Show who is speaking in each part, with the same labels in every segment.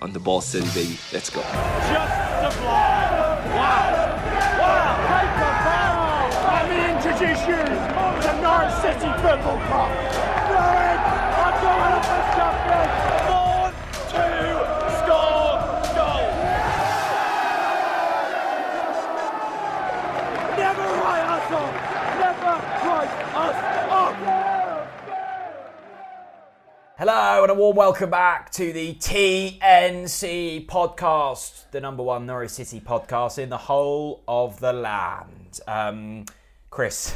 Speaker 1: on the Ball City, baby. Let's go.
Speaker 2: Just the block. Wow. Wow. Take the ball. Let me introduce you to Norwich City Football Club. Norwich are going up the champions. Born to score goals. Never write us off. Never write us off.
Speaker 3: Hello, and a warm welcome back to the TNC podcast, the number one Norwich City podcast in the whole of the land. Um, Chris,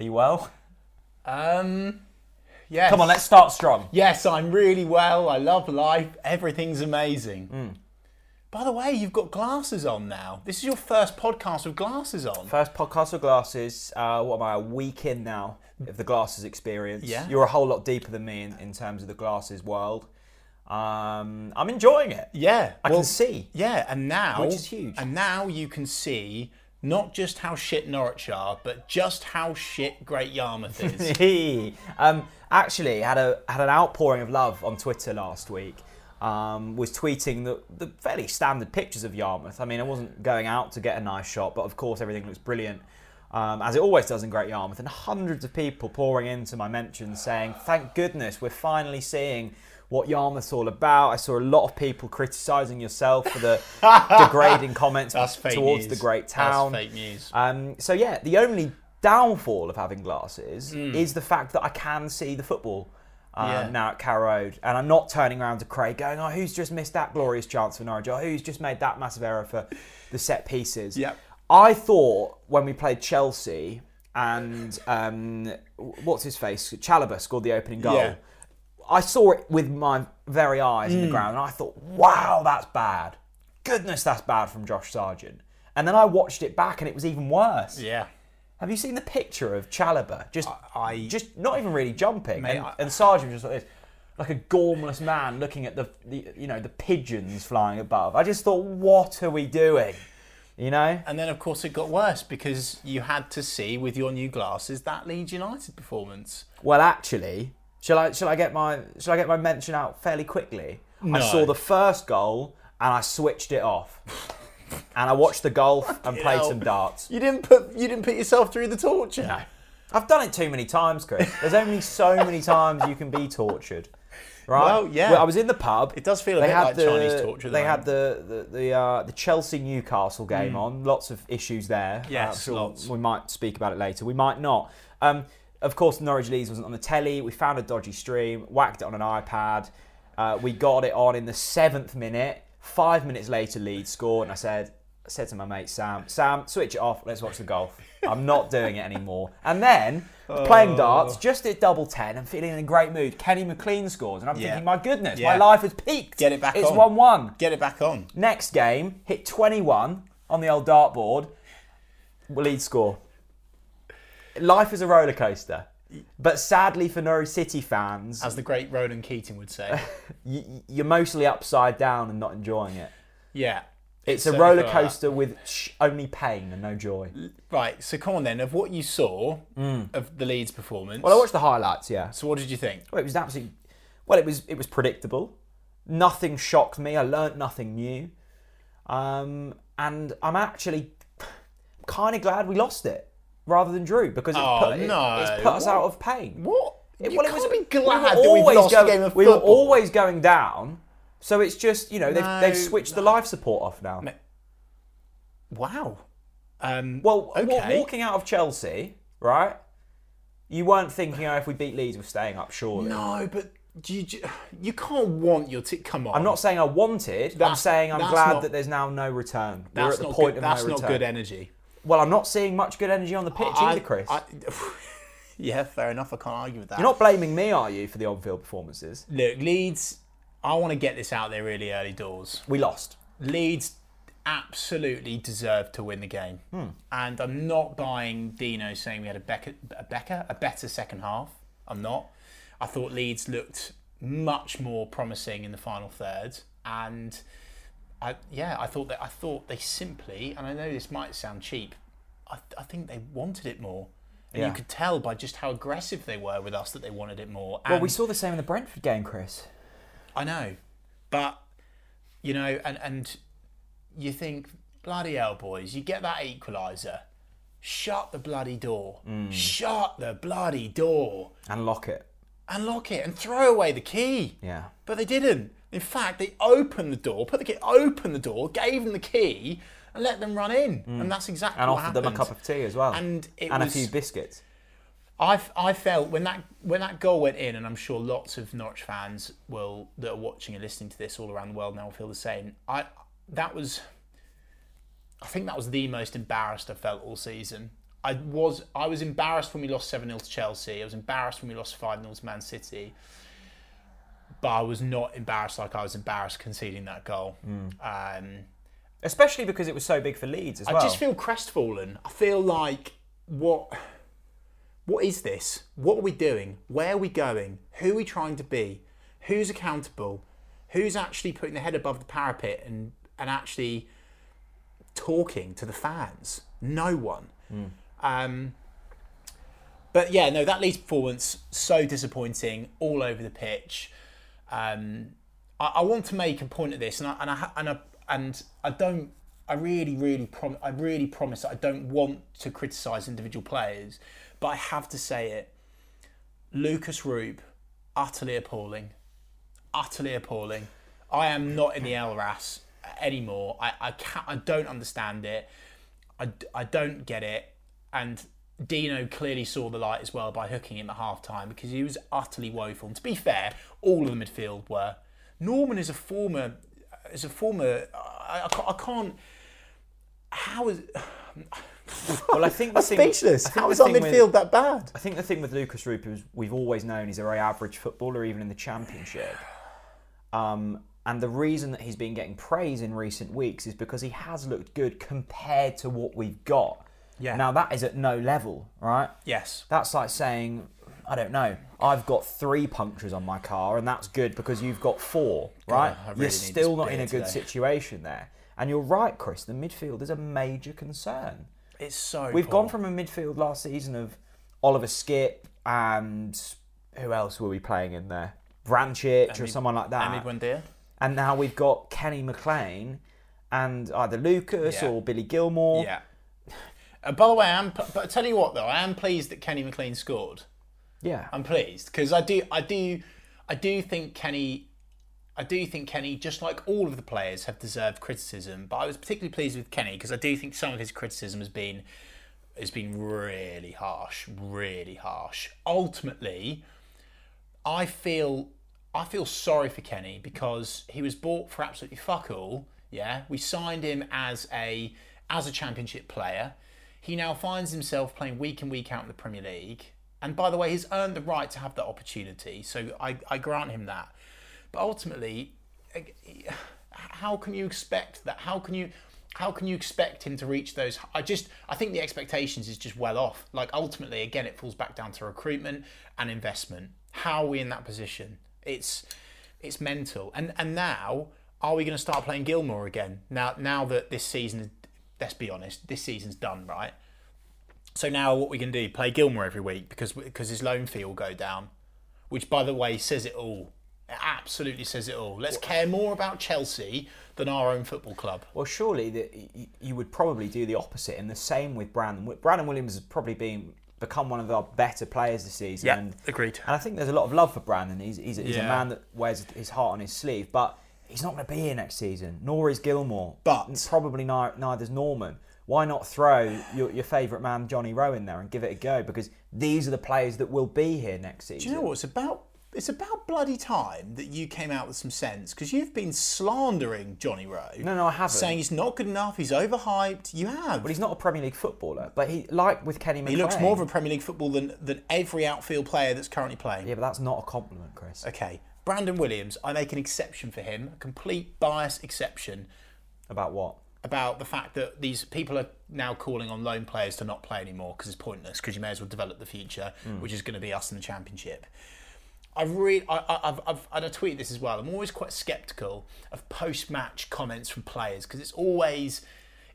Speaker 3: are you well?
Speaker 4: Um, yes.
Speaker 3: Come on, let's start strong.
Speaker 4: Yes, I'm really well. I love life. Everything's amazing.
Speaker 3: Hmm.
Speaker 4: By the way, you've got glasses on now. This is your first podcast with glasses on.
Speaker 3: First podcast with glasses. Uh, what am I, a week in now of the glasses experience?
Speaker 4: Yeah.
Speaker 3: You're a whole lot deeper than me in, in terms of the glasses world. Um, I'm enjoying it.
Speaker 4: yeah,
Speaker 3: I can see.
Speaker 4: Yeah, and now
Speaker 3: Which is huge.
Speaker 4: And now you can see not just how shit Norwich are, but just how shit Great Yarmouth is.
Speaker 3: um, actually, had a had an outpouring of love on Twitter last week. Um, was tweeting the, the fairly standard pictures of Yarmouth. I mean, I wasn't going out to get a nice shot, but of course, everything looks brilliant. Um, as it always does in Great Yarmouth, and hundreds of people pouring into my mentions saying, "Thank goodness we're finally seeing what Yarmouth's all about." I saw a lot of people criticising yourself for the degrading comments
Speaker 4: That's fake
Speaker 3: towards
Speaker 4: news.
Speaker 3: the great town.
Speaker 4: That's fake news.
Speaker 3: Um, so yeah, the only downfall of having glasses is the fact that I can see the football um,
Speaker 4: Hmm. Yeah.
Speaker 3: now at Carrow Road, and I'm not turning around to Craig going, "Oh, who's just missed that glorious chance for Norwich? Or who's just made that massive error for the set pieces?"
Speaker 4: Yep.
Speaker 3: I thought when we played Chelsea and um, w- what's his face, Chalobah scored the opening goal.
Speaker 4: Yeah.
Speaker 3: I saw it with my very eyes
Speaker 4: Mm.
Speaker 3: in the ground, and I thought, "Wow, that's bad! Goodness, that's bad from Josh Sargent." And then I watched it back, and it was even worse.
Speaker 4: yeah.
Speaker 3: Have you seen the picture of Chalobah? Just,
Speaker 4: I-
Speaker 3: just not even really jumping,
Speaker 4: Mate,
Speaker 3: and,
Speaker 4: I-
Speaker 3: and Sargent was just like this, like a gormless man looking at the, the, you know, the pigeons flying above. I just thought, "What are we doing?" You know.
Speaker 4: And then, of course, it got worse because you had to see with your new glasses that Leeds United performance.
Speaker 3: Well, actually, shall I shall I get my shall I get my mention out fairly quickly? I saw the first goal and I switched it off, and I watched the golf and played
Speaker 4: hell.
Speaker 3: some darts.
Speaker 4: You didn't put you didn't put yourself through the torture.
Speaker 3: I've done it too many times, Chris. There's only so many times you can be tortured. Right?
Speaker 4: Well, yeah.
Speaker 3: I was in the pub.
Speaker 4: It does feel a bit like Chinese torture,
Speaker 3: They
Speaker 4: though. Mm.
Speaker 3: had the the the, uh, the Chelsea Newcastle game on. Lots of issues there.
Speaker 4: Yes,
Speaker 3: I'm sure
Speaker 4: lots.
Speaker 3: We might speak about it later. We might not. Um, of course, Norwich Leeds wasn't on the telly. We found a dodgy stream, whacked it on an iPad. Uh, we got it on in the seventh minute. Five minutes later, Leeds scored, and I said, I said to my mate Sam, Sam, switch it off. Let's watch the golf. I'm not doing it anymore. And then playing
Speaker 4: Oh.
Speaker 3: darts, just at double ten, and feeling in a great mood. Kenny McLean scores, and I'm
Speaker 4: Yeah.
Speaker 3: thinking, my goodness, my
Speaker 4: Yeah.
Speaker 3: life has peaked.
Speaker 4: Get it back
Speaker 3: It's
Speaker 4: on.
Speaker 3: one-one.
Speaker 4: Get it back on.
Speaker 3: Next game, hit 21 on the old dartboard. Lead score. Life is a roller coaster. But sadly for Norwich City fans,
Speaker 4: As the great Roland Keating would say.
Speaker 3: y- y- you're mostly upside down and not enjoying it.
Speaker 4: yeah.
Speaker 3: It's a
Speaker 4: Certainly
Speaker 3: roller
Speaker 4: feel like
Speaker 3: coaster with sh- only pain and no joy.
Speaker 4: that. Right, so come on then, of what you saw of the Leeds performance.
Speaker 3: Mm. Well, I watched the highlights, yeah.
Speaker 4: So what did you think?
Speaker 3: Well, it was absolutely. Well, it was it was predictable. Nothing shocked me. I learnt nothing new, um, and I'm actually kind of glad we lost it rather than drew because it's
Speaker 4: Oh,
Speaker 3: put, it-
Speaker 4: no.
Speaker 3: it's put us out of pain.
Speaker 4: What?
Speaker 3: It-
Speaker 4: You
Speaker 3: well, it
Speaker 4: can't
Speaker 3: was we
Speaker 4: be
Speaker 3: were
Speaker 4: glad that we've lost a
Speaker 3: going,
Speaker 4: game of
Speaker 3: We were
Speaker 4: football.
Speaker 3: always going down, so it's just you know they've,
Speaker 4: No.
Speaker 3: they've switched the life support off now.
Speaker 4: Wow. Um,
Speaker 3: Well, wa-
Speaker 4: okay.
Speaker 3: walking out of Chelsea, right? You weren't thinking, oh, if we beat Leeds, we're staying up, surely.
Speaker 4: no, but you ju- you can't want your t- come on.
Speaker 3: I'm not saying I wanted. I'm
Speaker 4: That's-
Speaker 3: saying I'm
Speaker 4: that's
Speaker 3: glad
Speaker 4: not-
Speaker 3: that there's now no return. We're
Speaker 4: that's
Speaker 3: at the
Speaker 4: not
Speaker 3: point
Speaker 4: good,
Speaker 3: of
Speaker 4: that's
Speaker 3: no
Speaker 4: not
Speaker 3: return.
Speaker 4: good energy.
Speaker 3: well, I'm not seeing much good energy on the pitch
Speaker 4: I-
Speaker 3: either, Chris.
Speaker 4: I- yeah, fair enough. I can't argue with that.
Speaker 3: You're not blaming me, are you, for the on-field performances?
Speaker 4: Look, Leeds. I want to get this out there really early doors.
Speaker 3: We lost.
Speaker 4: Leeds absolutely deserved to win the game,
Speaker 3: Hmm.
Speaker 4: and I'm not buying Dino saying we had a Becker, a Becker, a better second half. I'm not. I thought Leeds looked much more promising in the final third, and I, yeah, I thought that I thought they simply, and I know this might sound cheap, I, I think they wanted it more. And
Speaker 3: Yeah.
Speaker 4: you could tell by just how aggressive they were with us that they wanted it more.
Speaker 3: Well, we
Speaker 4: And-
Speaker 3: saw the same in the Brentford game, Chris.
Speaker 4: I know, but you know, and and you think bloody hell, boys, you get that equaliser. Shut the bloody door.
Speaker 3: Mm.
Speaker 4: Shut the bloody door.
Speaker 3: and lock it.
Speaker 4: And lock it and throw away the key.
Speaker 3: Yeah.
Speaker 4: But they didn't. In fact, they opened the door, put the key, opened the door, gave them the key, and let them run in. And that's exactly
Speaker 3: Mm. And
Speaker 4: what
Speaker 3: offered them a
Speaker 4: happened.
Speaker 3: cup of tea as well.
Speaker 4: And it
Speaker 3: and
Speaker 4: was-
Speaker 3: a few biscuits.
Speaker 4: I, f- I felt when that when that goal went in, and I'm sure lots of Norwich fans will that are watching and listening to this all around the world now will feel the same. I that was, I think that was the most embarrassed I felt all season. I was I was embarrassed when we lost seven 0 to Chelsea. I was embarrassed when we lost five 0 to Man City. But I was not embarrassed like I was embarrassed conceding that goal. Um,
Speaker 3: Especially because it was so big for Leeds as well.
Speaker 4: I just feel crestfallen. I feel like what what is this? What are we doing? Where are we going? Who are we trying to be? Who's accountable? Who's actually putting the head above the parapet and and actually talking to the fans? No one. Um, but yeah, no, that Leeds performance so disappointing all over the pitch. Um, I, I want to make a point of this, and I and I ha- and I, and I don't. I really, really prom- I really promise that I don't want to criticise individual players, but I have to say it. Lucas Rube, utterly appalling, utterly appalling. I am not in the LRAS anymore. I I, can't, I don't understand it. I, d- I don't get it. And Dino clearly saw the light as well by hooking him at half time because he was utterly woeful. And to be fair, all of the midfield were. Norman is a former, is a former. I, I, ca- I can't. How is?
Speaker 3: well, I think the thing, I think the thing with-
Speaker 4: that bad?
Speaker 3: I think the thing with Lucas Rupe is we've always known he's a very average footballer, even in the Championship. Um, and the reason that he's been getting praise in recent weeks is because he has looked good compared to what we've got.
Speaker 4: Yeah.
Speaker 3: Now that is at no level, right?
Speaker 4: Yes.
Speaker 3: That's like saying, I don't know, I've got three punctures on my car, and that's good because you've got four, right?
Speaker 4: I really
Speaker 3: You're
Speaker 4: need
Speaker 3: still
Speaker 4: this
Speaker 3: not in
Speaker 4: beer
Speaker 3: a good
Speaker 4: today.
Speaker 3: situation there. And you're right, Chris. The midfield is a major concern.
Speaker 4: It's so.
Speaker 3: We've
Speaker 4: poor.
Speaker 3: gone from a midfield last season of Oliver Skip and who else were we playing in there? Branchich or someone like that.
Speaker 4: Amy Buendia.
Speaker 3: and now we've got Kenny McLean and either Lucas
Speaker 4: Yeah.
Speaker 3: or Billy Gilmore.
Speaker 4: Yeah. Uh, by the way, I'm. But I tell you what, though, I am pleased that Kenny McLean scored.
Speaker 3: Yeah.
Speaker 4: I'm pleased because I do, I do, I do think Kenny, I do think Kenny, just like all of the players, have deserved criticism. But I was particularly pleased with Kenny because I do think some of his criticism has been has been really harsh, really harsh. Ultimately, I feel I feel sorry for Kenny because he was bought for absolutely fuck all. Yeah, we signed him as a as a championship player. He now finds himself playing week in week out in the Premier League. And by the way, he's earned the right to have that opportunity. So I, I grant him that. But ultimately, ag- how can you expect that? How can you how can you expect him to reach those? I just I think the expectations is just well off. Like ultimately, again, it falls back down to recruitment and investment. How are we in that position? It's it's mental. And and now are we going to start playing Gilmore again? Now now that this season, let's be honest, this season's done, right? So now what we can do? Play Gilmore every week because because his loan fee will go down, which by the way says it all. It absolutely says it all. Let's care more about Chelsea than our own football club.
Speaker 3: Well, surely that y- you would probably do the opposite, and the same with Brandon. Wi- Brandon Williams has probably been become one of our better players this season.
Speaker 4: Yeah,
Speaker 3: and,
Speaker 4: agreed.
Speaker 3: And I think there's a lot of love for Brandon. He's he's, he's a
Speaker 4: Yeah.
Speaker 3: man that wears his heart on his sleeve, but he's not going to be here next season. Nor is Gilmore.
Speaker 4: But-
Speaker 3: N- probably ni- neither's Norman. Why not throw your, your favourite man Johnny Rowe in there and give it a go? Because these are the players that will be here next season.
Speaker 4: Do you know what it's about? It's about bloody time that you came out with some sense because you've been slandering Johnny Rowe.
Speaker 3: No, no, I haven't.
Speaker 4: Saying he's not good enough, he's overhyped. You have.
Speaker 3: But he's not a Premier League footballer. But he like with Kenny McLean.
Speaker 4: he looks more of a Premier League football than, than every outfield player that's currently playing.
Speaker 3: yeah, but that's not a compliment, Chris.
Speaker 4: Okay, Brandon Williams, I make an exception for him, a complete bias exception.
Speaker 3: About what?
Speaker 4: about the fact that these people are now calling on loan players to not play anymore because it's pointless because you may as well develop the future, which is going to be us in the championship. I really, I, I- I've, I've, and I tweet this as well. I'm always quite sceptical of post-match comments from players because it's always,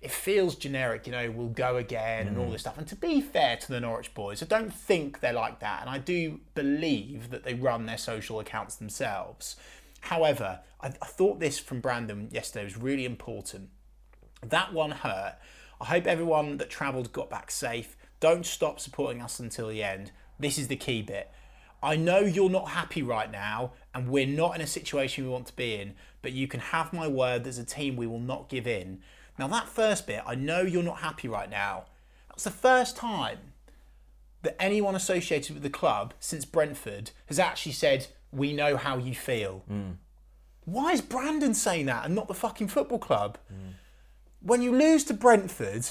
Speaker 4: it feels generic. You know, we'll go again and all this stuff. And to be fair to the Norwich boys, I don't think they're like that, and I do believe that they run their social accounts themselves. However, I, I thought this from Brandon yesterday was really important. That one hurt. I hope everyone that travelled got back safe. Don't stop supporting us until the end. This is the key bit. I know you're not happy right now, and we're not in a situation we want to be in, but you can have my word that as a team we will not give in. Now, that first bit, I know you're not happy right now. That's the first time that anyone associated with the club since Brentford has actually said, We know how you feel. Why is Brandon saying that and not the fucking football club? When you lose to Brentford,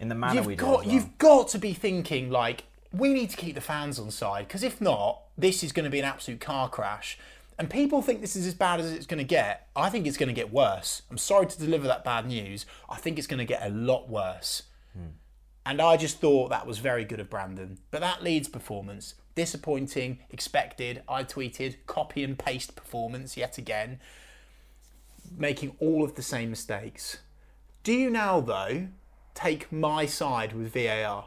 Speaker 3: in the manner we did.
Speaker 4: you've got
Speaker 3: as well.
Speaker 4: you've got to be thinking like we need to keep the fans on side because if not, this is going to be an absolute car crash. And people think this is as bad as it's going to get. I think it's going to get worse. I'm sorry to deliver that bad news. I think it's going to get a lot worse.
Speaker 3: Hmm.
Speaker 4: And I just thought that was very good of Brandon. But that Leeds performance, disappointing, expected. I tweeted copy and paste performance yet again, making all of the same mistakes. Do you now, though, take my side with VAR?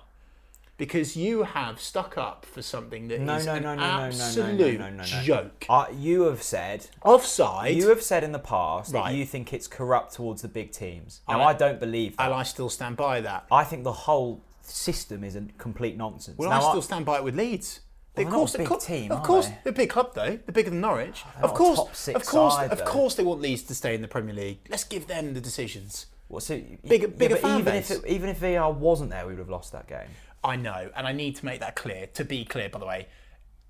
Speaker 4: Because you have stuck up for something that is
Speaker 3: no, no,
Speaker 4: an
Speaker 3: no, no, no, no, no,
Speaker 4: absolute
Speaker 3: no, no, no, no.
Speaker 4: joke.
Speaker 3: Uh, you have said
Speaker 4: Offside,
Speaker 3: you have said in the past
Speaker 4: Right.
Speaker 3: that you think it's corrupt towards the big teams. Now
Speaker 4: I-
Speaker 3: I, don't believe that.
Speaker 4: and I still stand by that.
Speaker 3: I think the whole system is a complete nonsense.
Speaker 4: Well,
Speaker 3: now,
Speaker 4: I still stand by it with Leeds.
Speaker 3: they're not a big
Speaker 4: of course,
Speaker 3: team,
Speaker 4: of
Speaker 3: are
Speaker 4: course,
Speaker 3: they?
Speaker 4: are a big club though. They're bigger than Norwich.
Speaker 3: not
Speaker 4: of
Speaker 3: a
Speaker 4: course,
Speaker 3: top six
Speaker 4: of course,
Speaker 3: side,
Speaker 4: of
Speaker 3: though.
Speaker 4: course, they want Leeds to stay in the Premier League. Let's give them the decisions.
Speaker 3: Well, so,
Speaker 4: Bigger-
Speaker 3: yeah,
Speaker 4: bigger
Speaker 3: but
Speaker 4: fan
Speaker 3: even
Speaker 4: base.
Speaker 3: If it, even if VR wasn't there, we would have lost that game.
Speaker 4: I know, and I need to make that clear. To be clear, by the way,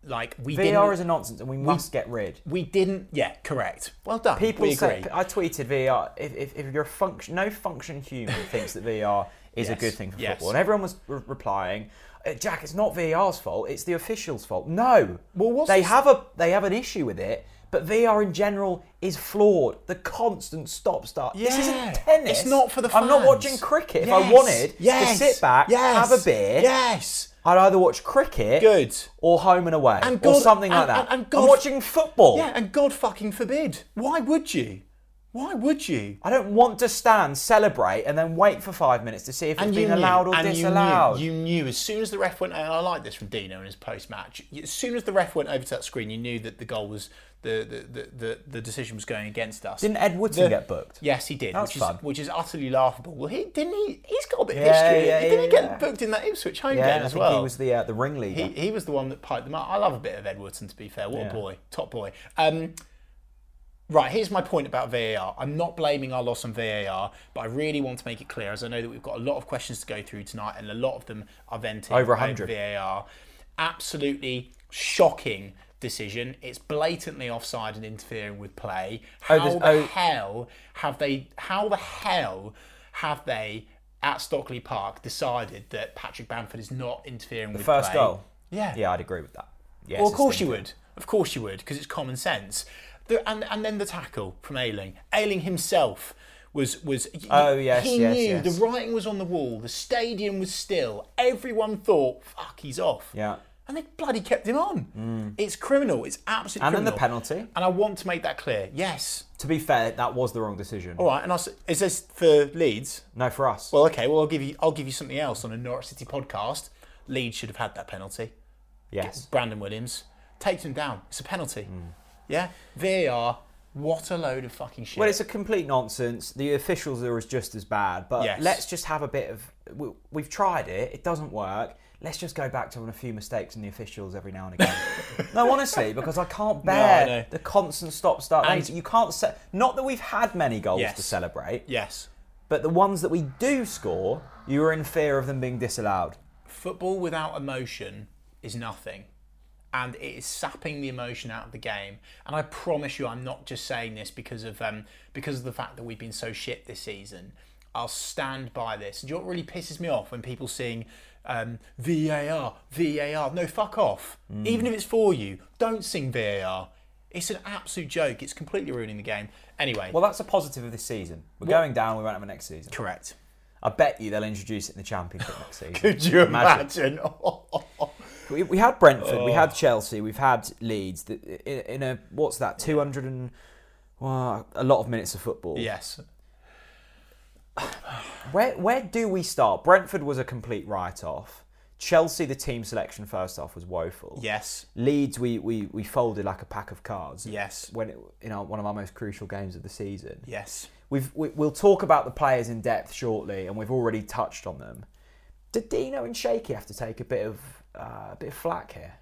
Speaker 4: like we
Speaker 3: VR
Speaker 4: didn't,
Speaker 3: is a nonsense, and we must get rid.
Speaker 4: we didn't. Yeah, correct. Well done.
Speaker 3: People
Speaker 4: we
Speaker 3: say
Speaker 4: agree.
Speaker 3: I tweeted VR. If, if, if you're a function, no function human thinks that VR is
Speaker 4: Yes,
Speaker 3: a good thing for
Speaker 4: yes.
Speaker 3: football, and everyone was re- replying, "Uh, "Jack, it's not VR's fault. It's the officials' fault." No,
Speaker 4: Well, what's
Speaker 3: they
Speaker 4: this-
Speaker 3: have a they have an issue with it, but VR in general is flawed. The constant stop start. This
Speaker 4: Yeah.
Speaker 3: isn't tennis.
Speaker 4: It's not for the
Speaker 3: I'm not
Speaker 4: fans.
Speaker 3: watching cricket. If I
Speaker 4: Yes,
Speaker 3: wanted
Speaker 4: yes,
Speaker 3: to sit back,
Speaker 4: yes,
Speaker 3: have a beer,
Speaker 4: yes,
Speaker 3: I'd either watch cricket,
Speaker 4: Good.
Speaker 3: or Home and Away,
Speaker 4: And
Speaker 3: or
Speaker 4: God-
Speaker 3: something like
Speaker 4: and-
Speaker 3: that.
Speaker 4: and- and
Speaker 3: I'm
Speaker 4: God-
Speaker 3: watching football.
Speaker 4: yeah, and God fucking forbid. Why would you? Why would you?
Speaker 3: I don't want to stand, celebrate, and then wait for five minutes to see if it's been
Speaker 4: knew,
Speaker 3: allowed or
Speaker 4: and you knew-
Speaker 3: disallowed.
Speaker 4: You knew, as soon as the ref went, and I like this from Dino in his post match. As soon as the ref went over to that screen, you knew that the goal was the the, the, the, the decision was going against us.
Speaker 3: Didn't Ed Woodson get booked?
Speaker 4: Yes, he did,
Speaker 3: That's
Speaker 4: which
Speaker 3: fun.
Speaker 4: is which is utterly laughable. Well, he didn't he? He's got a bit of
Speaker 3: Yeah,
Speaker 4: history.
Speaker 3: yeah,
Speaker 4: didn't he
Speaker 3: yeah,
Speaker 4: get
Speaker 3: yeah.
Speaker 4: booked in that Ipswich home
Speaker 3: Yeah,
Speaker 4: game
Speaker 3: I
Speaker 4: as
Speaker 3: think
Speaker 4: well?
Speaker 3: he was the uh, the ringleader.
Speaker 4: He, he was the one that piped them up. I love a bit of Ed Woodson, to be fair. What a
Speaker 3: Yeah.
Speaker 4: boy. Top boy. Um, right, here's my point about VAR. I'm not blaming our loss on VAR, but I really want to make it clear, as I know that we've got a lot of questions to go through tonight, and a lot of them are vented
Speaker 3: Over
Speaker 4: about
Speaker 3: 100.
Speaker 4: VAR. Absolutely shocking decision. It's blatantly offside and interfering with play. How
Speaker 3: there's-
Speaker 4: the
Speaker 3: oh-
Speaker 4: hell have they? How the hell have they? At Stockley Park, decided that Patrick Bamford is not interfering with
Speaker 3: First
Speaker 4: play.
Speaker 3: goal.
Speaker 4: Yeah.
Speaker 3: Yeah, I'd agree with that. Yes,
Speaker 4: Well,
Speaker 3: it's
Speaker 4: of course you
Speaker 3: thinking.
Speaker 4: would. Of course you would, because it's common sense. The, and and then the tackle from Ailing. Ailing himself was was.
Speaker 3: Oh, yes,
Speaker 4: He
Speaker 3: yes,
Speaker 4: knew
Speaker 3: yes.
Speaker 4: the writing was on the wall. The stadium was still. Everyone thought, "Fuck, he's off."
Speaker 3: Yeah. Mm.
Speaker 4: And they bloody kept him on. It's criminal. It's absolutely.
Speaker 3: And then the
Speaker 4: criminal.
Speaker 3: penalty.
Speaker 4: And I want to make that clear. Yes.
Speaker 3: To be fair, that was the wrong decision.
Speaker 4: All right. And I s is this for Leeds?
Speaker 3: No, for us.
Speaker 4: Well, okay. Well, I'll give you. I'll give you something else on a Norwich City podcast. Leeds should have had that penalty.
Speaker 3: yes.
Speaker 4: Brandon Williams takes him down. It's a penalty. Yeah, VAR. What a load of fucking shit.
Speaker 3: Well, it's a complete nonsense. The officials are as just as bad. But
Speaker 4: Yes.
Speaker 3: let's just have a bit of. We, we've tried it. It doesn't work. Let's just go back to having a few mistakes in the officials every now and again. no, honestly, because I can't bear
Speaker 4: know.
Speaker 3: the constant stop start.
Speaker 4: And-
Speaker 3: And you can't set. Not that we've had many goals
Speaker 4: Yes.
Speaker 3: to celebrate,
Speaker 4: yes,
Speaker 3: but the ones that we do score, you are in fear of them being disallowed.
Speaker 4: football without emotion is nothing, and it is sapping the emotion out of the game. And I promise you, I'm not just saying this because of um, because of the fact that we've been so shit this season. I'll stand by this. Do you know what really pisses me off when people sing um, VAR, VAR? No, fuck off. Even if it's for you, don't sing VAR. It's an absolute joke. It's completely ruining the game. Anyway,
Speaker 3: Well, that's a positive of this season. We're going down. We won't have a next season.
Speaker 4: correct.
Speaker 3: I bet you they'll introduce it in the championship next season.
Speaker 4: Could you imagine?
Speaker 3: We, we had Brentford, we had Chelsea, we've had Leeds. th- In, in a what's that? Two hundred and well, a lot of minutes of football.
Speaker 4: yes.
Speaker 3: Where where do we start? Brentford was a complete write off. Chelsea, the team selection first off was woeful.
Speaker 4: Yes.
Speaker 3: Leeds, we, we, we folded like a pack of cards.
Speaker 4: Yes.
Speaker 3: When it, in our, one of our most crucial games of the season.
Speaker 4: Yes.
Speaker 3: We've, we, we'll talk about the players in depth shortly, and we've already touched on them. Did Dino and Shaky have to take a bit of uh, a bit of flack here?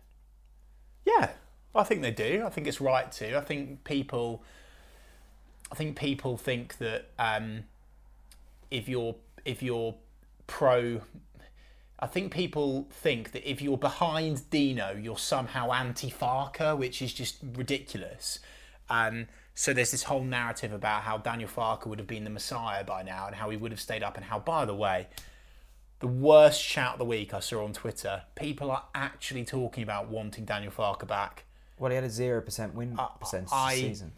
Speaker 4: Yeah, I think they do. I think it's right to. I think people, I think people think that um, if you're if you're pro, I think people think that if you're behind Dino, you're somehow anti Farker, which is just ridiculous. Um, so there's this whole narrative about how Daniel Farker would have been the Messiah by now, and how he would have stayed up, and how, by the way, the worst shout of the week I saw on Twitter. People are actually talking about wanting Daniel Farker back.
Speaker 3: Well, he had a zero percent win percentage
Speaker 4: I-
Speaker 3: this season.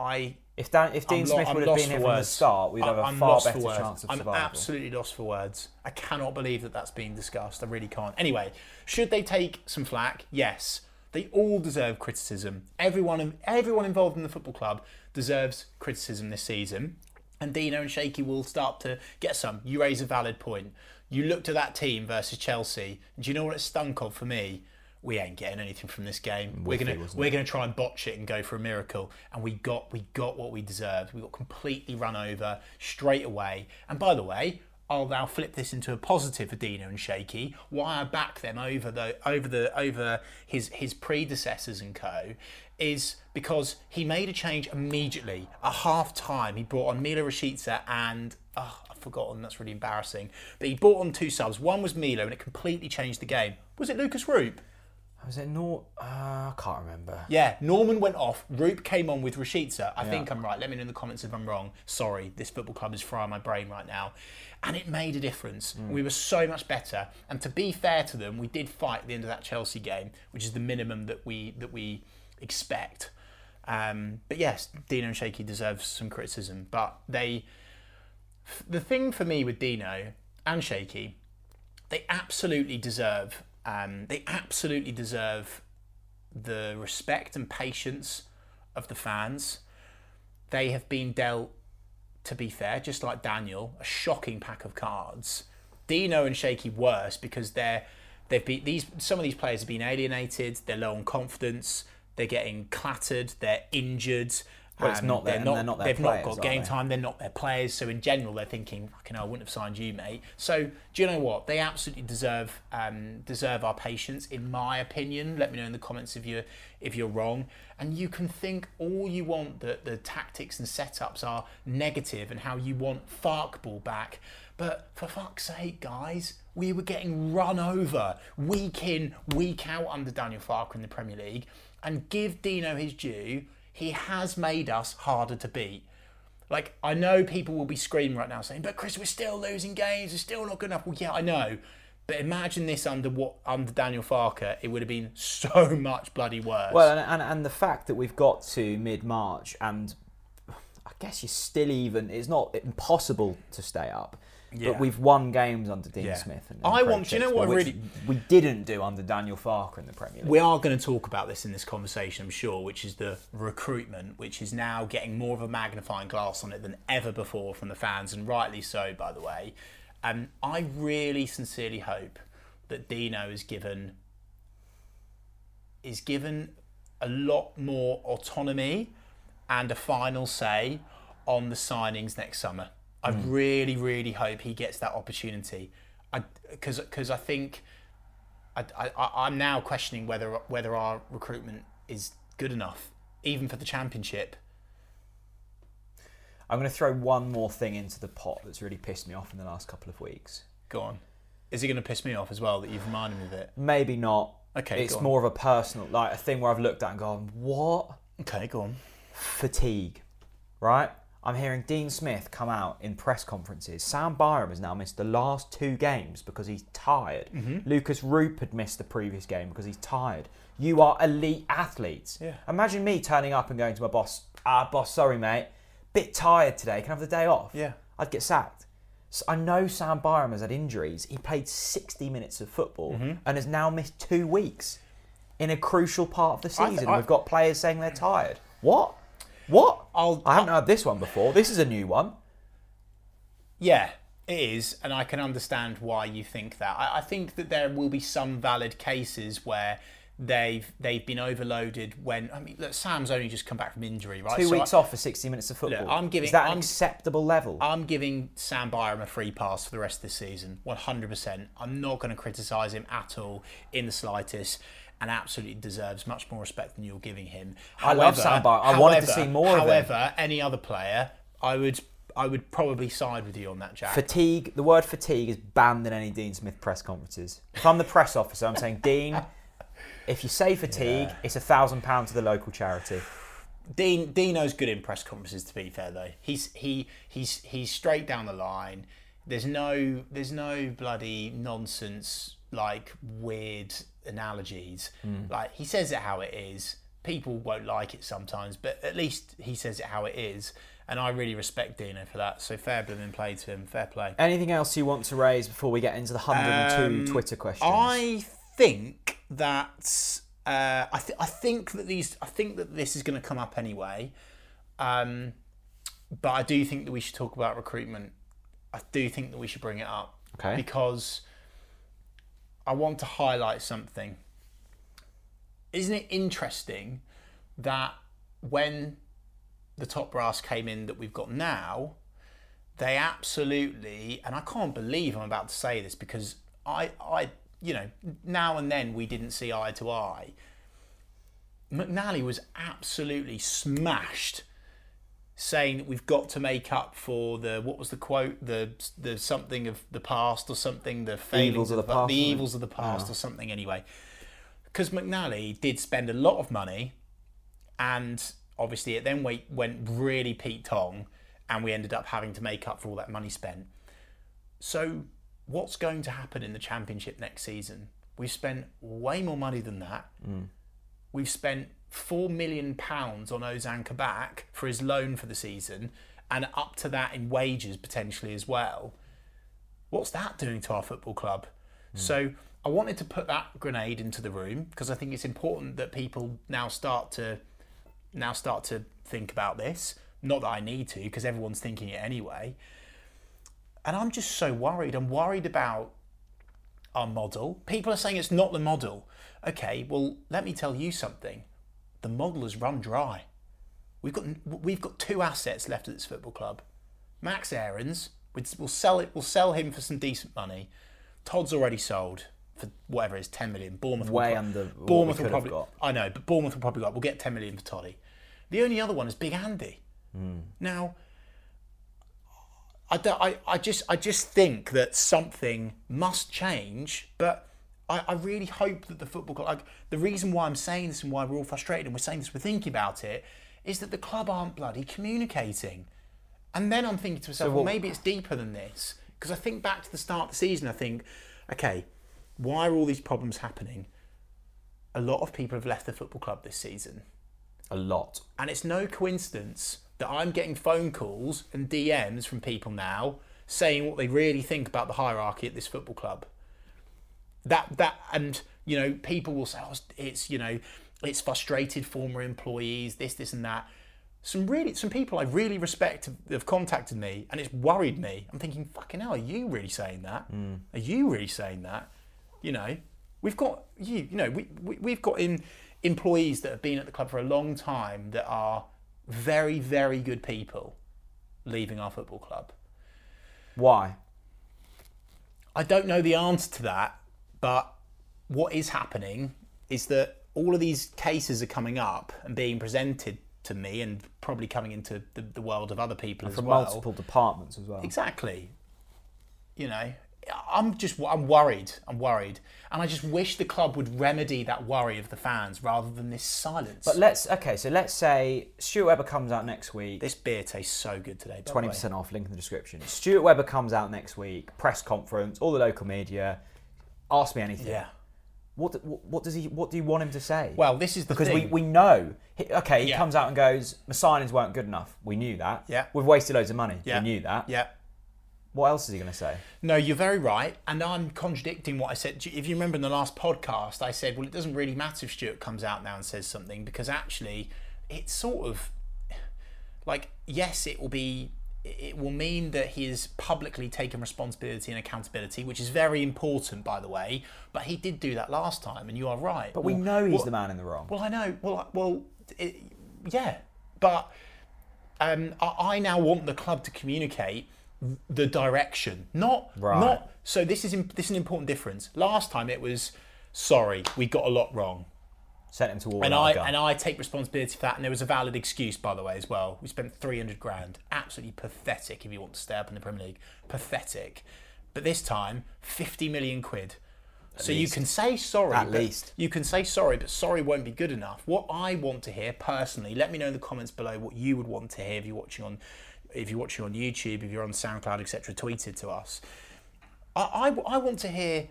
Speaker 4: I
Speaker 3: If Dan, if Dean
Speaker 4: I'm lo-
Speaker 3: Smith
Speaker 4: I'm
Speaker 3: would have
Speaker 4: lost
Speaker 3: been here from
Speaker 4: for
Speaker 3: the
Speaker 4: words.
Speaker 3: start, we'd
Speaker 4: I-
Speaker 3: have a
Speaker 4: I'm
Speaker 3: far
Speaker 4: lost for
Speaker 3: better
Speaker 4: words.
Speaker 3: chance of
Speaker 4: I'm
Speaker 3: survival.
Speaker 4: absolutely lost for words. I cannot believe that that's being discussed. I really can't. Anyway, should they take some flack? Yes. They all deserve criticism. Everyone, everyone involved in the football club deserves criticism this season. And Dino and Shaky will start to get some. You raise a valid point. You looked at that team versus Chelsea. and Do you know what it stunk of for me? We ain't getting anything from this game. We're gonna we're gonna try and botch it and go for a miracle. And we got we got what we deserved. We got completely run over straight away. And by the way, I'll now flip this into a positive for Dino and Shaky. Why I back them over the over the over his his predecessors and co is because he made a change immediately. At half time, he brought on Mila Rashica and oh, I've forgotten. That's really embarrassing. But he brought on two subs. One was Milo, and it completely changed the game. Was it Lucas Roop?
Speaker 3: Was it not? Uh, I can't remember.
Speaker 4: Yeah, Norman went off. Roop came on with Rashica. I think I'm right. Let me know in the comments if I'm wrong. Sorry, this football club is frying my brain right now. And it made a difference. We were so much better. And to be fair to them, we did fight at the end of that Chelsea game, which is the minimum that we that we expect. Um, but yes, Dino and Shaky deserves some criticism. But they, the thing for me with Dino and Shaky, they absolutely deserve. Um, they absolutely deserve the respect and patience of the fans. They have been dealt, to be fair, just like Daniel, a shocking pack of cards. Dino and Shaky worse because they're they've been these some of these players have been alienated. They're low on confidence. They're getting clattered. They're injured.
Speaker 3: Well, it's not their- they're not their
Speaker 4: They've not
Speaker 3: players,
Speaker 4: got
Speaker 3: are
Speaker 4: game
Speaker 3: they?
Speaker 4: time. They're not their players. So in general, they're thinking, "Fucking, hell, I wouldn't have signed you, mate." So do you know what? They absolutely deserve um, deserve our patience, in my opinion. Let me know in the comments if you're if you're wrong. And you can think all you want that the tactics and setups are negative and how you want Farkball back, but for fuck's sake, guys, we were getting run over week in, week out under Daniel Farker in the Premier League. And give Dino his due. He has made us harder to beat. Like, I know people will be screaming right now saying, but Chris, we're still losing games, we're still not good enough. Well, yeah, I know. But imagine this under what under Daniel Farker, it would have been so much bloody worse.
Speaker 3: Well, and, and and the fact that we've got to mid March, and I guess you're still even. It's not impossible to stay up.
Speaker 4: Yeah.
Speaker 3: But we've won games under Dean
Speaker 4: Yeah.
Speaker 3: Smith. And, and
Speaker 4: I
Speaker 3: Craig
Speaker 4: want- do you know what
Speaker 3: Shakespeare, which
Speaker 4: really-
Speaker 3: we didn't do under Daniel Farker in the Premier League.
Speaker 4: we are going to talk about this in this conversation, I'm sure, which is the recruitment, which is now getting more of a magnifying glass on it than ever before from the fans, and rightly so, by the way. Um, I really sincerely hope that Dino is given is given a lot more autonomy and a final say on the signings next summer. I really, really hope he gets that opportunity. I because because I think I, I, I- I'm now questioning whether whether our recruitment is good enough, even for the championship.
Speaker 3: I'm going to throw one more thing into the pot that's really pissed me off in the last couple of weeks.
Speaker 4: Go on. Is it going to piss me off as well that you've reminded me of it?
Speaker 3: Maybe not.
Speaker 4: Okay,
Speaker 3: It's
Speaker 4: go on.
Speaker 3: more of a personal, like a thing where I've looked at and gone, what?
Speaker 4: Okay, go on.
Speaker 3: fatigue, right? I'm hearing Dean Smith come out in press conferences. Sam Byram has now missed the last two games because he's tired.
Speaker 4: Mm-hmm.
Speaker 3: Lucas Roop had missed the previous game because he's tired. You are elite athletes.
Speaker 4: Yeah.
Speaker 3: Imagine me turning up and going to my boss, ah, boss, sorry, mate, bit tired today. Can I have the day off?
Speaker 4: Yeah.
Speaker 3: I'd get sacked. So I know Sam Byram has had injuries. He played 60 minutes of football
Speaker 4: Mm-hmm.
Speaker 3: and has now missed two weeks in a crucial part of the
Speaker 4: I th-
Speaker 3: season.
Speaker 4: I-
Speaker 3: We've got players saying they're tired. What? What?
Speaker 4: I'll-
Speaker 3: I haven't heard this one before. This is a new one.
Speaker 4: Yeah, It is, and I can understand why you think that. I, I think that there will be some valid cases where they've they've been overloaded. When I mean, look, Sam's only just come back from injury, right?
Speaker 3: Two
Speaker 4: So
Speaker 3: weeks
Speaker 4: I,
Speaker 3: off for 60 minutes of football.
Speaker 4: I'm giving-
Speaker 3: Is that an
Speaker 4: I'm-
Speaker 3: acceptable level?
Speaker 4: I'm giving Sam Byram a free pass for the rest of the season, 100%. I'm not going to criticise him at all in the slightest, and absolutely deserves much more respect than you're giving him.
Speaker 3: I love Sam Byram. I wanted to
Speaker 4: however-
Speaker 3: see more of him.
Speaker 4: However, any other player, I would I would probably side with you on that, Jack.
Speaker 3: fatigue. The word fatigue is banned in any Dean Smith press conferences. If I'm the press officer, I'm saying, Dean, if you say fatigue, it's a thousand pounds to the local charity.
Speaker 4: Dean Dino's good in press conferences. To be fair, though, he's he he's he's straight down the line. There's no there's no bloody nonsense like weird analogies. Like he says it how it is. People won't like it sometimes, but at least he says it how it is. And I really respect Dino for that. So fair blooming play to him. Fair play.
Speaker 3: Anything else you want to raise before we get into the 102 Twitter questions?
Speaker 4: Um, I think that uh, I, th- I think that these I think that this is going to come up anyway. Um, but I do think that we should talk about recruitment. I do think that we should bring it up
Speaker 3: Okay.
Speaker 4: because I want to highlight something. Isn't it interesting that when the top brass came in that we've got now, they absolutely and I can't believe I'm about to say this because I I you know now and then we didn't see eye to eye. McNally was absolutely smashed saying that we've got to make up for the what was the quote the the something of the past or something the failings
Speaker 3: evils of the
Speaker 4: pa-
Speaker 3: past,
Speaker 4: the
Speaker 3: wasn't it?
Speaker 4: evils of the past or something anyway because McNally did spend a lot of money and obviously it then went, went really Pete Tong, and we ended up having to make up for all that money spent. So, what's going to happen in the championship next season? We've spent way more money than that. We've spent four million pounds on Ozan Kabak for his loan for the season, and up to that in wages potentially as well. What's that doing to our football club? So I wanted to put that grenade into the room because I think it's important that people now start to now start to think about this. Not that I need to, because everyone's thinking it anyway. And I'm just so worried. I'm worried about our model. People are saying it's not the model. Okay, well, let me tell you something. The model has run dry. We've got we've got two assets left at this football club. Max Aaron's. we'd- We'll sell it. We'll sell him for some decent money. Todd's already sold for whatever it is, ten million. Bournemouth will
Speaker 3: Way
Speaker 4: pro-
Speaker 3: under what we
Speaker 4: Bournemouth
Speaker 3: could
Speaker 4: will
Speaker 3: have
Speaker 4: probably.
Speaker 3: got.
Speaker 4: I know, but Bournemouth will probably got. We'll get ten million for Toddy. The only other one is Big Andy.
Speaker 3: Hmm.
Speaker 4: Now, I, don't, I, I just I just think that something must change, but I, I really hope that the football club, like the reason why I'm saying this and why we're all frustrated and we're saying this, we're thinking about it, is that the club aren't bloody communicating. And then I'm thinking to myself, well, maybe it's deeper than this because I think back to the start of the season, I think, okay, why are all these problems happening? A lot of people have left the football club this season.
Speaker 3: a lot.
Speaker 4: And it's no coincidence that I'm getting phone calls and DMs from people now saying what they really think about the hierarchy at this football club. That that and you know people will say oh, it's- it's you know it's frustrated former employees this this and that. Some really some people I really respect have- have contacted me and it's worried me. I'm thinking fucking hell, are you really saying that? Are you really saying that? you know we've got you you know we, we we've got in employees that have been at the club for a long time that are very very good people leaving our football club
Speaker 3: Why?
Speaker 4: i don't know the answer to that but what is happening is that all of these cases are coming up and being presented to me and probably coming into the, the world of other people as
Speaker 3: From
Speaker 4: well
Speaker 3: multiple departments as well.
Speaker 4: Exactly. You know, I'm just I'm worried. I'm worried, and I just wish the club would remedy that worry of the fans rather than this silence. But
Speaker 3: Let's okay. So let's say Stuart Webber comes out next week.
Speaker 4: this beer tastes so good today. by the way.
Speaker 3: Twenty percent off. Link in the description. Stuart Webber comes out next week. Press conference. All the local media. Ask me anything.
Speaker 4: Yeah.
Speaker 3: What, do- what what does he? What do you want him to say?
Speaker 4: Well, this is the
Speaker 3: because we,
Speaker 4: thing.
Speaker 3: we know. He, okay, he
Speaker 4: Yeah.
Speaker 3: comes out and goes, "My signings weren't good enough. We knew that.
Speaker 4: Yeah.
Speaker 3: we've wasted loads of money.
Speaker 4: yeah.
Speaker 3: We knew that.
Speaker 4: Yeah.
Speaker 3: What else is he going to say?
Speaker 4: No, you're very right, and I'm contradicting what I said. Do you- If you remember in the last podcast, I said, well, it doesn't really matter if Stuart comes out now and says something because actually, it's sort of like yes, it will be. it will mean that he has publicly taken responsibility and accountability, which is very important, by the way. But he did do that last time, and you are right.
Speaker 3: But we know he's the man in the wrong.
Speaker 4: Well, I know. Well, I- well, it, yeah, but um, I, I now want the club to communicate the direction, not
Speaker 3: Right.
Speaker 4: not. So this is im- this is an important difference. Last time it was, sorry, we got a lot wrong,
Speaker 3: Sent him to war
Speaker 4: and
Speaker 3: without
Speaker 4: I
Speaker 3: a gun.
Speaker 4: and I take responsibility for that. And there was a valid excuse, by the way, as well. We spent three hundred grand, absolutely pathetic. If you want to stay up in the Premier League, pathetic. But this time, fifty million quid. so you can say sorry.
Speaker 3: At
Speaker 4: but-
Speaker 3: least.
Speaker 4: you can say sorry, but sorry won't be good enough. What I want to hear personally, let me know in the comments below what you would want to hear if you're watching on, if you're watching on YouTube, if you're on SoundCloud, etc. Tweet it to us. I, I, I want to hear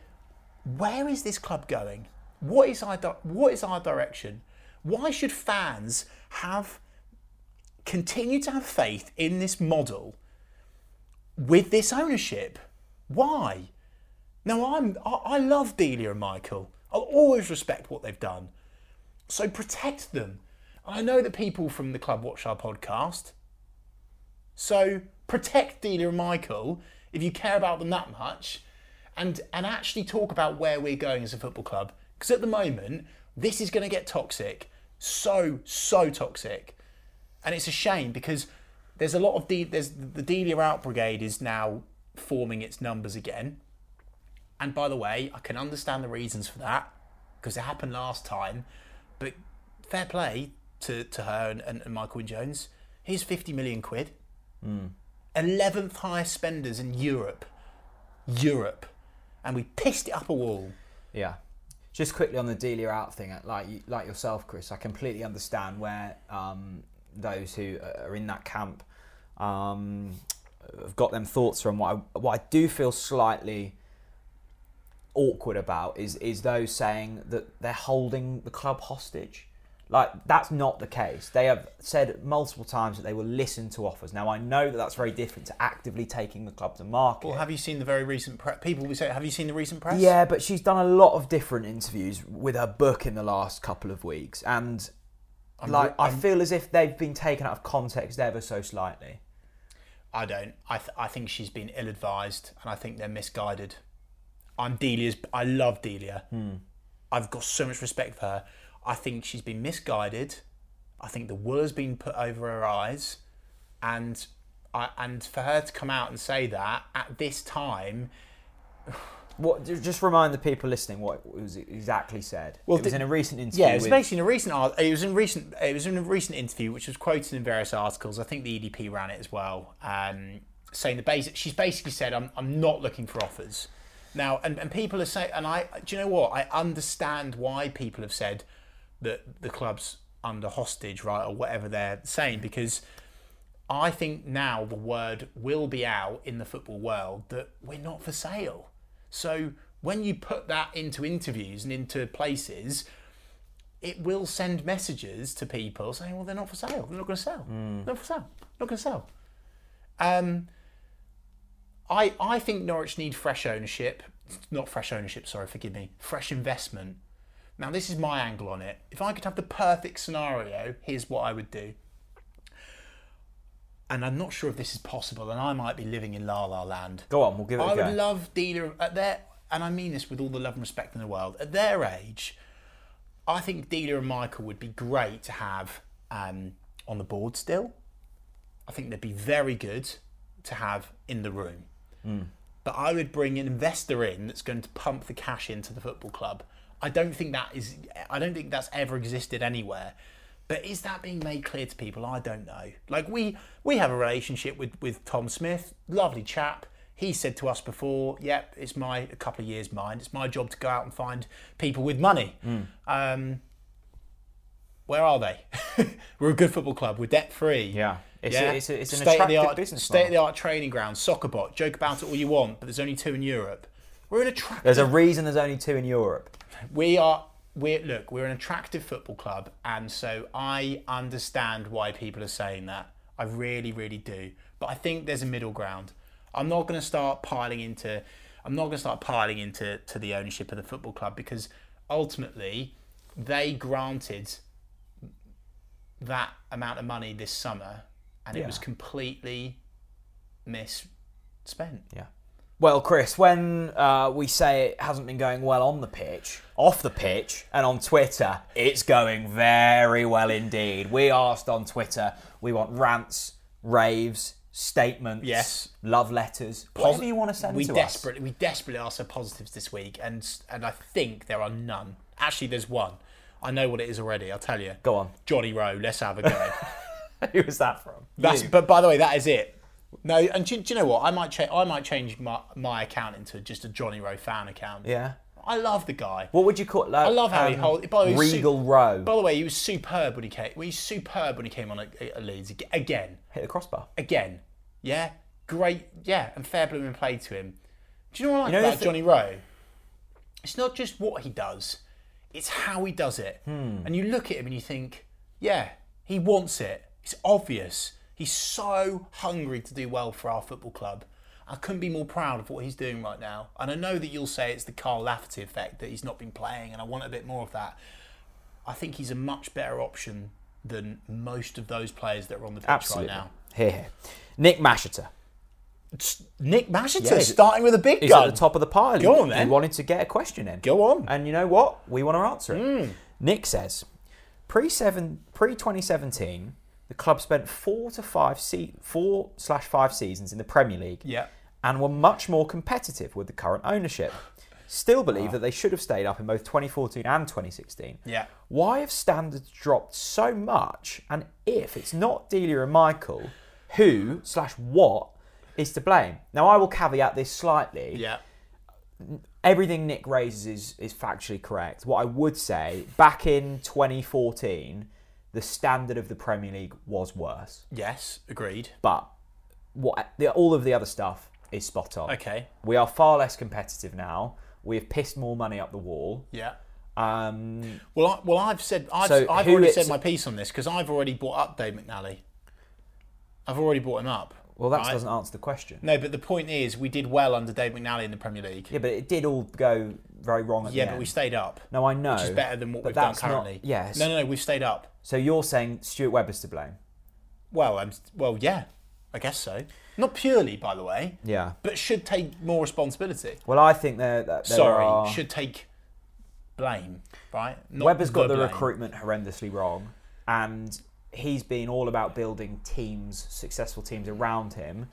Speaker 4: where is this club going? What is our di- what is our direction? Why should fans have continue to have faith in this model with this ownership? Why? Now I'm I, I love Delia and Michael. I'll always respect what they've done. So protect them. I know that people from the club watch our podcast. So protect Delia and Michael if you care about them that much and and actually talk about where we're going as a football club because at the moment this is going to get toxic so so toxic and it's a shame because there's a lot of de- there's the Delia out brigade is now forming its numbers again and by the way, I can understand the reasons for that because it happened last time. But fair play to, to her and, and, and Michael and Jones. Here's 50 million quid. 11th highest spenders in Europe. Europe. And we pissed it up a wall.
Speaker 3: Yeah. Just quickly on the dealer out thing, uh, like you, like yourself, Chris, I completely understand where um, those who uh, are in that camp um, have got them thoughts from. What I, what I do feel slightly awkward about is is those saying that they're holding the club hostage. Like that's not the case. They have said multiple times that they will listen to offers. Now I know that that's very different to actively taking the club to market.
Speaker 4: Well, have you seen the very recent press? People will say, have you seen the recent press?
Speaker 3: Yeah, but she's done a lot of different interviews with her book in the last couple of weeks, and like i feel as if they've been taken out of context ever so slightly.
Speaker 4: I don't. I, th- I think she's been ill advised and I think they're misguided. I'm Delia's. I love Delia. I've got so much respect for her. I think she's been misguided. I think the wool has been put over her eyes. And I, and for her to come out and say that at this time,
Speaker 3: What? ju- Just remind the people listening what was exactly said. Well,
Speaker 4: Well,
Speaker 3: it was
Speaker 4: the-
Speaker 3: in a recent interview.
Speaker 4: yeah, it was
Speaker 3: with-
Speaker 4: basically in a recent art. It was in recent. It was in a recent interview, which was quoted in various articles. I think the EDP ran it as well, um, saying the basic. She's basically said, "I'm I'm not looking for offers." Now, and, and people are saying, and I do you know what? I understand why people have said that the club's under hostage, right, or whatever they're saying, because I think now the word will be out in the football world that we're not for sale. So when you put that into interviews and into places, it will send messages to people saying, "Well, they're not for sale. They're not going to sell.
Speaker 3: Hmm.
Speaker 4: Not for sale. Not going to sell." Um, I I think Norwich need fresh ownership. Not fresh ownership. Sorry, forgive me. Fresh investment. Now this is my angle on it. If I could have the perfect scenario, here's what I would do. And I'm not sure if this is possible, and I might be living in La La Land.
Speaker 3: Go on, we'll give it
Speaker 4: I
Speaker 3: a go.
Speaker 4: would love Dealer at their, and I mean this with all the love and respect in the world. At their age, I think Dealer and Michael would be great to have um, on the board still. I think they'd be very good to have in the room. But I would bring an investor in that's going to pump the cash into the football club. I don't think that is. I don't think that's ever existed anywhere. But is that being made clear to people? I don't know. Like we we have a relationship with with Tom Smith, lovely chap. He said to us before, "Yep, it's my a couple of years mine. It's my job to go out and find people with money."
Speaker 3: Hmm.
Speaker 4: Um, where are they? We're a good football club. We're debt free.
Speaker 3: Yeah. It's a- it's a- it's an attractive business
Speaker 4: State of the art training ground, soccer bot. Joke about it all you want, but there's only two in Europe. We're an attractive.
Speaker 3: there's a reason there's only two in Europe.
Speaker 4: we are. We're look. We're an attractive football club, and so I understand why people are saying that. I really, really do. But I think there's a middle ground. I'm not going to start piling into. I'm not going to start piling into to the ownership of the football club because ultimately they granted that amount of money this summer, and it was completely misspent.
Speaker 3: Yeah. Well, Chris, when uh, we say it hasn't been going well on the pitch, off the pitch, and on Twitter, it's going very well indeed. We asked on Twitter, we want rants, raves, statements,
Speaker 4: Yes.
Speaker 3: love letters, whatever you want to send
Speaker 4: we
Speaker 3: to us.
Speaker 4: desperately, We desperately asked for positives this week, and and I think there are none. Actually, there's one. I know what it is already. I'll tell you.
Speaker 3: Go on.
Speaker 4: Johnny Rowe. Let's have a go.
Speaker 3: Who was that from?
Speaker 4: That's.
Speaker 3: You.
Speaker 4: But by the way, that is it. No, and do, do you know what? I might change. I might change my, my account into just a Johnny Rowe fan account.
Speaker 3: yeah.
Speaker 4: I love the guy.
Speaker 3: What would you call? Like,
Speaker 4: I love how he
Speaker 3: um,
Speaker 4: holds. By the way, he was su-
Speaker 3: Regal Row.
Speaker 4: By the way, he was superb when he came. Well, he's superb when he came on at, at Leeds Ag- again,
Speaker 3: Hit the crossbar.
Speaker 4: again. Yeah, great. Yeah, and fair blooming play to him. Do you know what I like
Speaker 3: know the
Speaker 4: about
Speaker 3: thi-
Speaker 4: Johnny Rowe? It's not just what he does; it's how he does it.
Speaker 3: Hmm.
Speaker 4: And you look at him and you think, yeah, he wants it. It's obvious. He's so hungry to do well for our football club. I couldn't be more proud of what he's doing right now. And I know that you'll say it's the Carl Lafferty effect that he's not been playing, and I want a bit more of that. I think he's a much better option than most of those players that are on the pitch
Speaker 3: Absolutely.
Speaker 4: right now.
Speaker 3: Here, here. Nick Masheter.
Speaker 4: It's Nick Masheter
Speaker 3: Yeah, he's-
Speaker 4: starting with a big
Speaker 3: He's
Speaker 4: gun.
Speaker 3: at the top of the pile.
Speaker 4: Go on,
Speaker 3: He-
Speaker 4: then.
Speaker 3: He wanted to get a question in.
Speaker 4: Go on. Hmm.
Speaker 3: And you know what? We want to answer it. Nick says, pre seven, pre 2017, the club spent four to five se- four slash five seasons in the Premier League.
Speaker 4: Yeah.
Speaker 3: And were much more competitive with the current ownership. Still believe that they should have stayed up in both 2014 and 2016.
Speaker 4: Ah. Yeah.
Speaker 3: Why have standards dropped so much? And if it's not Delia and Michael, who slash what is to blame? Now I will caveat this slightly
Speaker 4: Yeah.
Speaker 3: everything Nick raises is is factually correct. What I would say, back in 2014, the standard of the Premier League was worse,
Speaker 4: Yes. Agreed.
Speaker 3: but what the, all of the other stuff is spot on.
Speaker 4: Okay.
Speaker 3: we are far less competitive now. We have pissed more money up the wall.
Speaker 4: Yeah.
Speaker 3: Um,
Speaker 4: Well, I, well, I've said I've,
Speaker 3: So
Speaker 4: I've
Speaker 3: who
Speaker 4: already
Speaker 3: it's-
Speaker 4: said my piece on this because I've already brought up Dave McNally. I've already brought him up.
Speaker 3: well, that
Speaker 4: right?
Speaker 3: doesn't answer the question.
Speaker 4: No, but the point is, we did well under Dave McNally in the Premier League.
Speaker 3: Yeah, but it did all go very wrong at
Speaker 4: Yeah,
Speaker 3: the
Speaker 4: but
Speaker 3: end.
Speaker 4: we stayed up.
Speaker 3: no, I know.
Speaker 4: which is better than what
Speaker 3: but
Speaker 4: we've done
Speaker 3: that's not-
Speaker 4: currently.
Speaker 3: yes.
Speaker 4: No, no, no. We've stayed up.
Speaker 3: So you're saying Stuart Webber's to blame?
Speaker 4: Well, um, well, yeah. I guess so. Not purely, by the way.
Speaker 3: Yeah.
Speaker 4: But should take more responsibility.
Speaker 3: Well, I think there. there
Speaker 4: Sorry,
Speaker 3: are-
Speaker 4: should take blame. Right. Not
Speaker 3: Webber's got the
Speaker 4: blame.
Speaker 3: recruitment horrendously wrong, and he's been all about building teams, successful teams around him.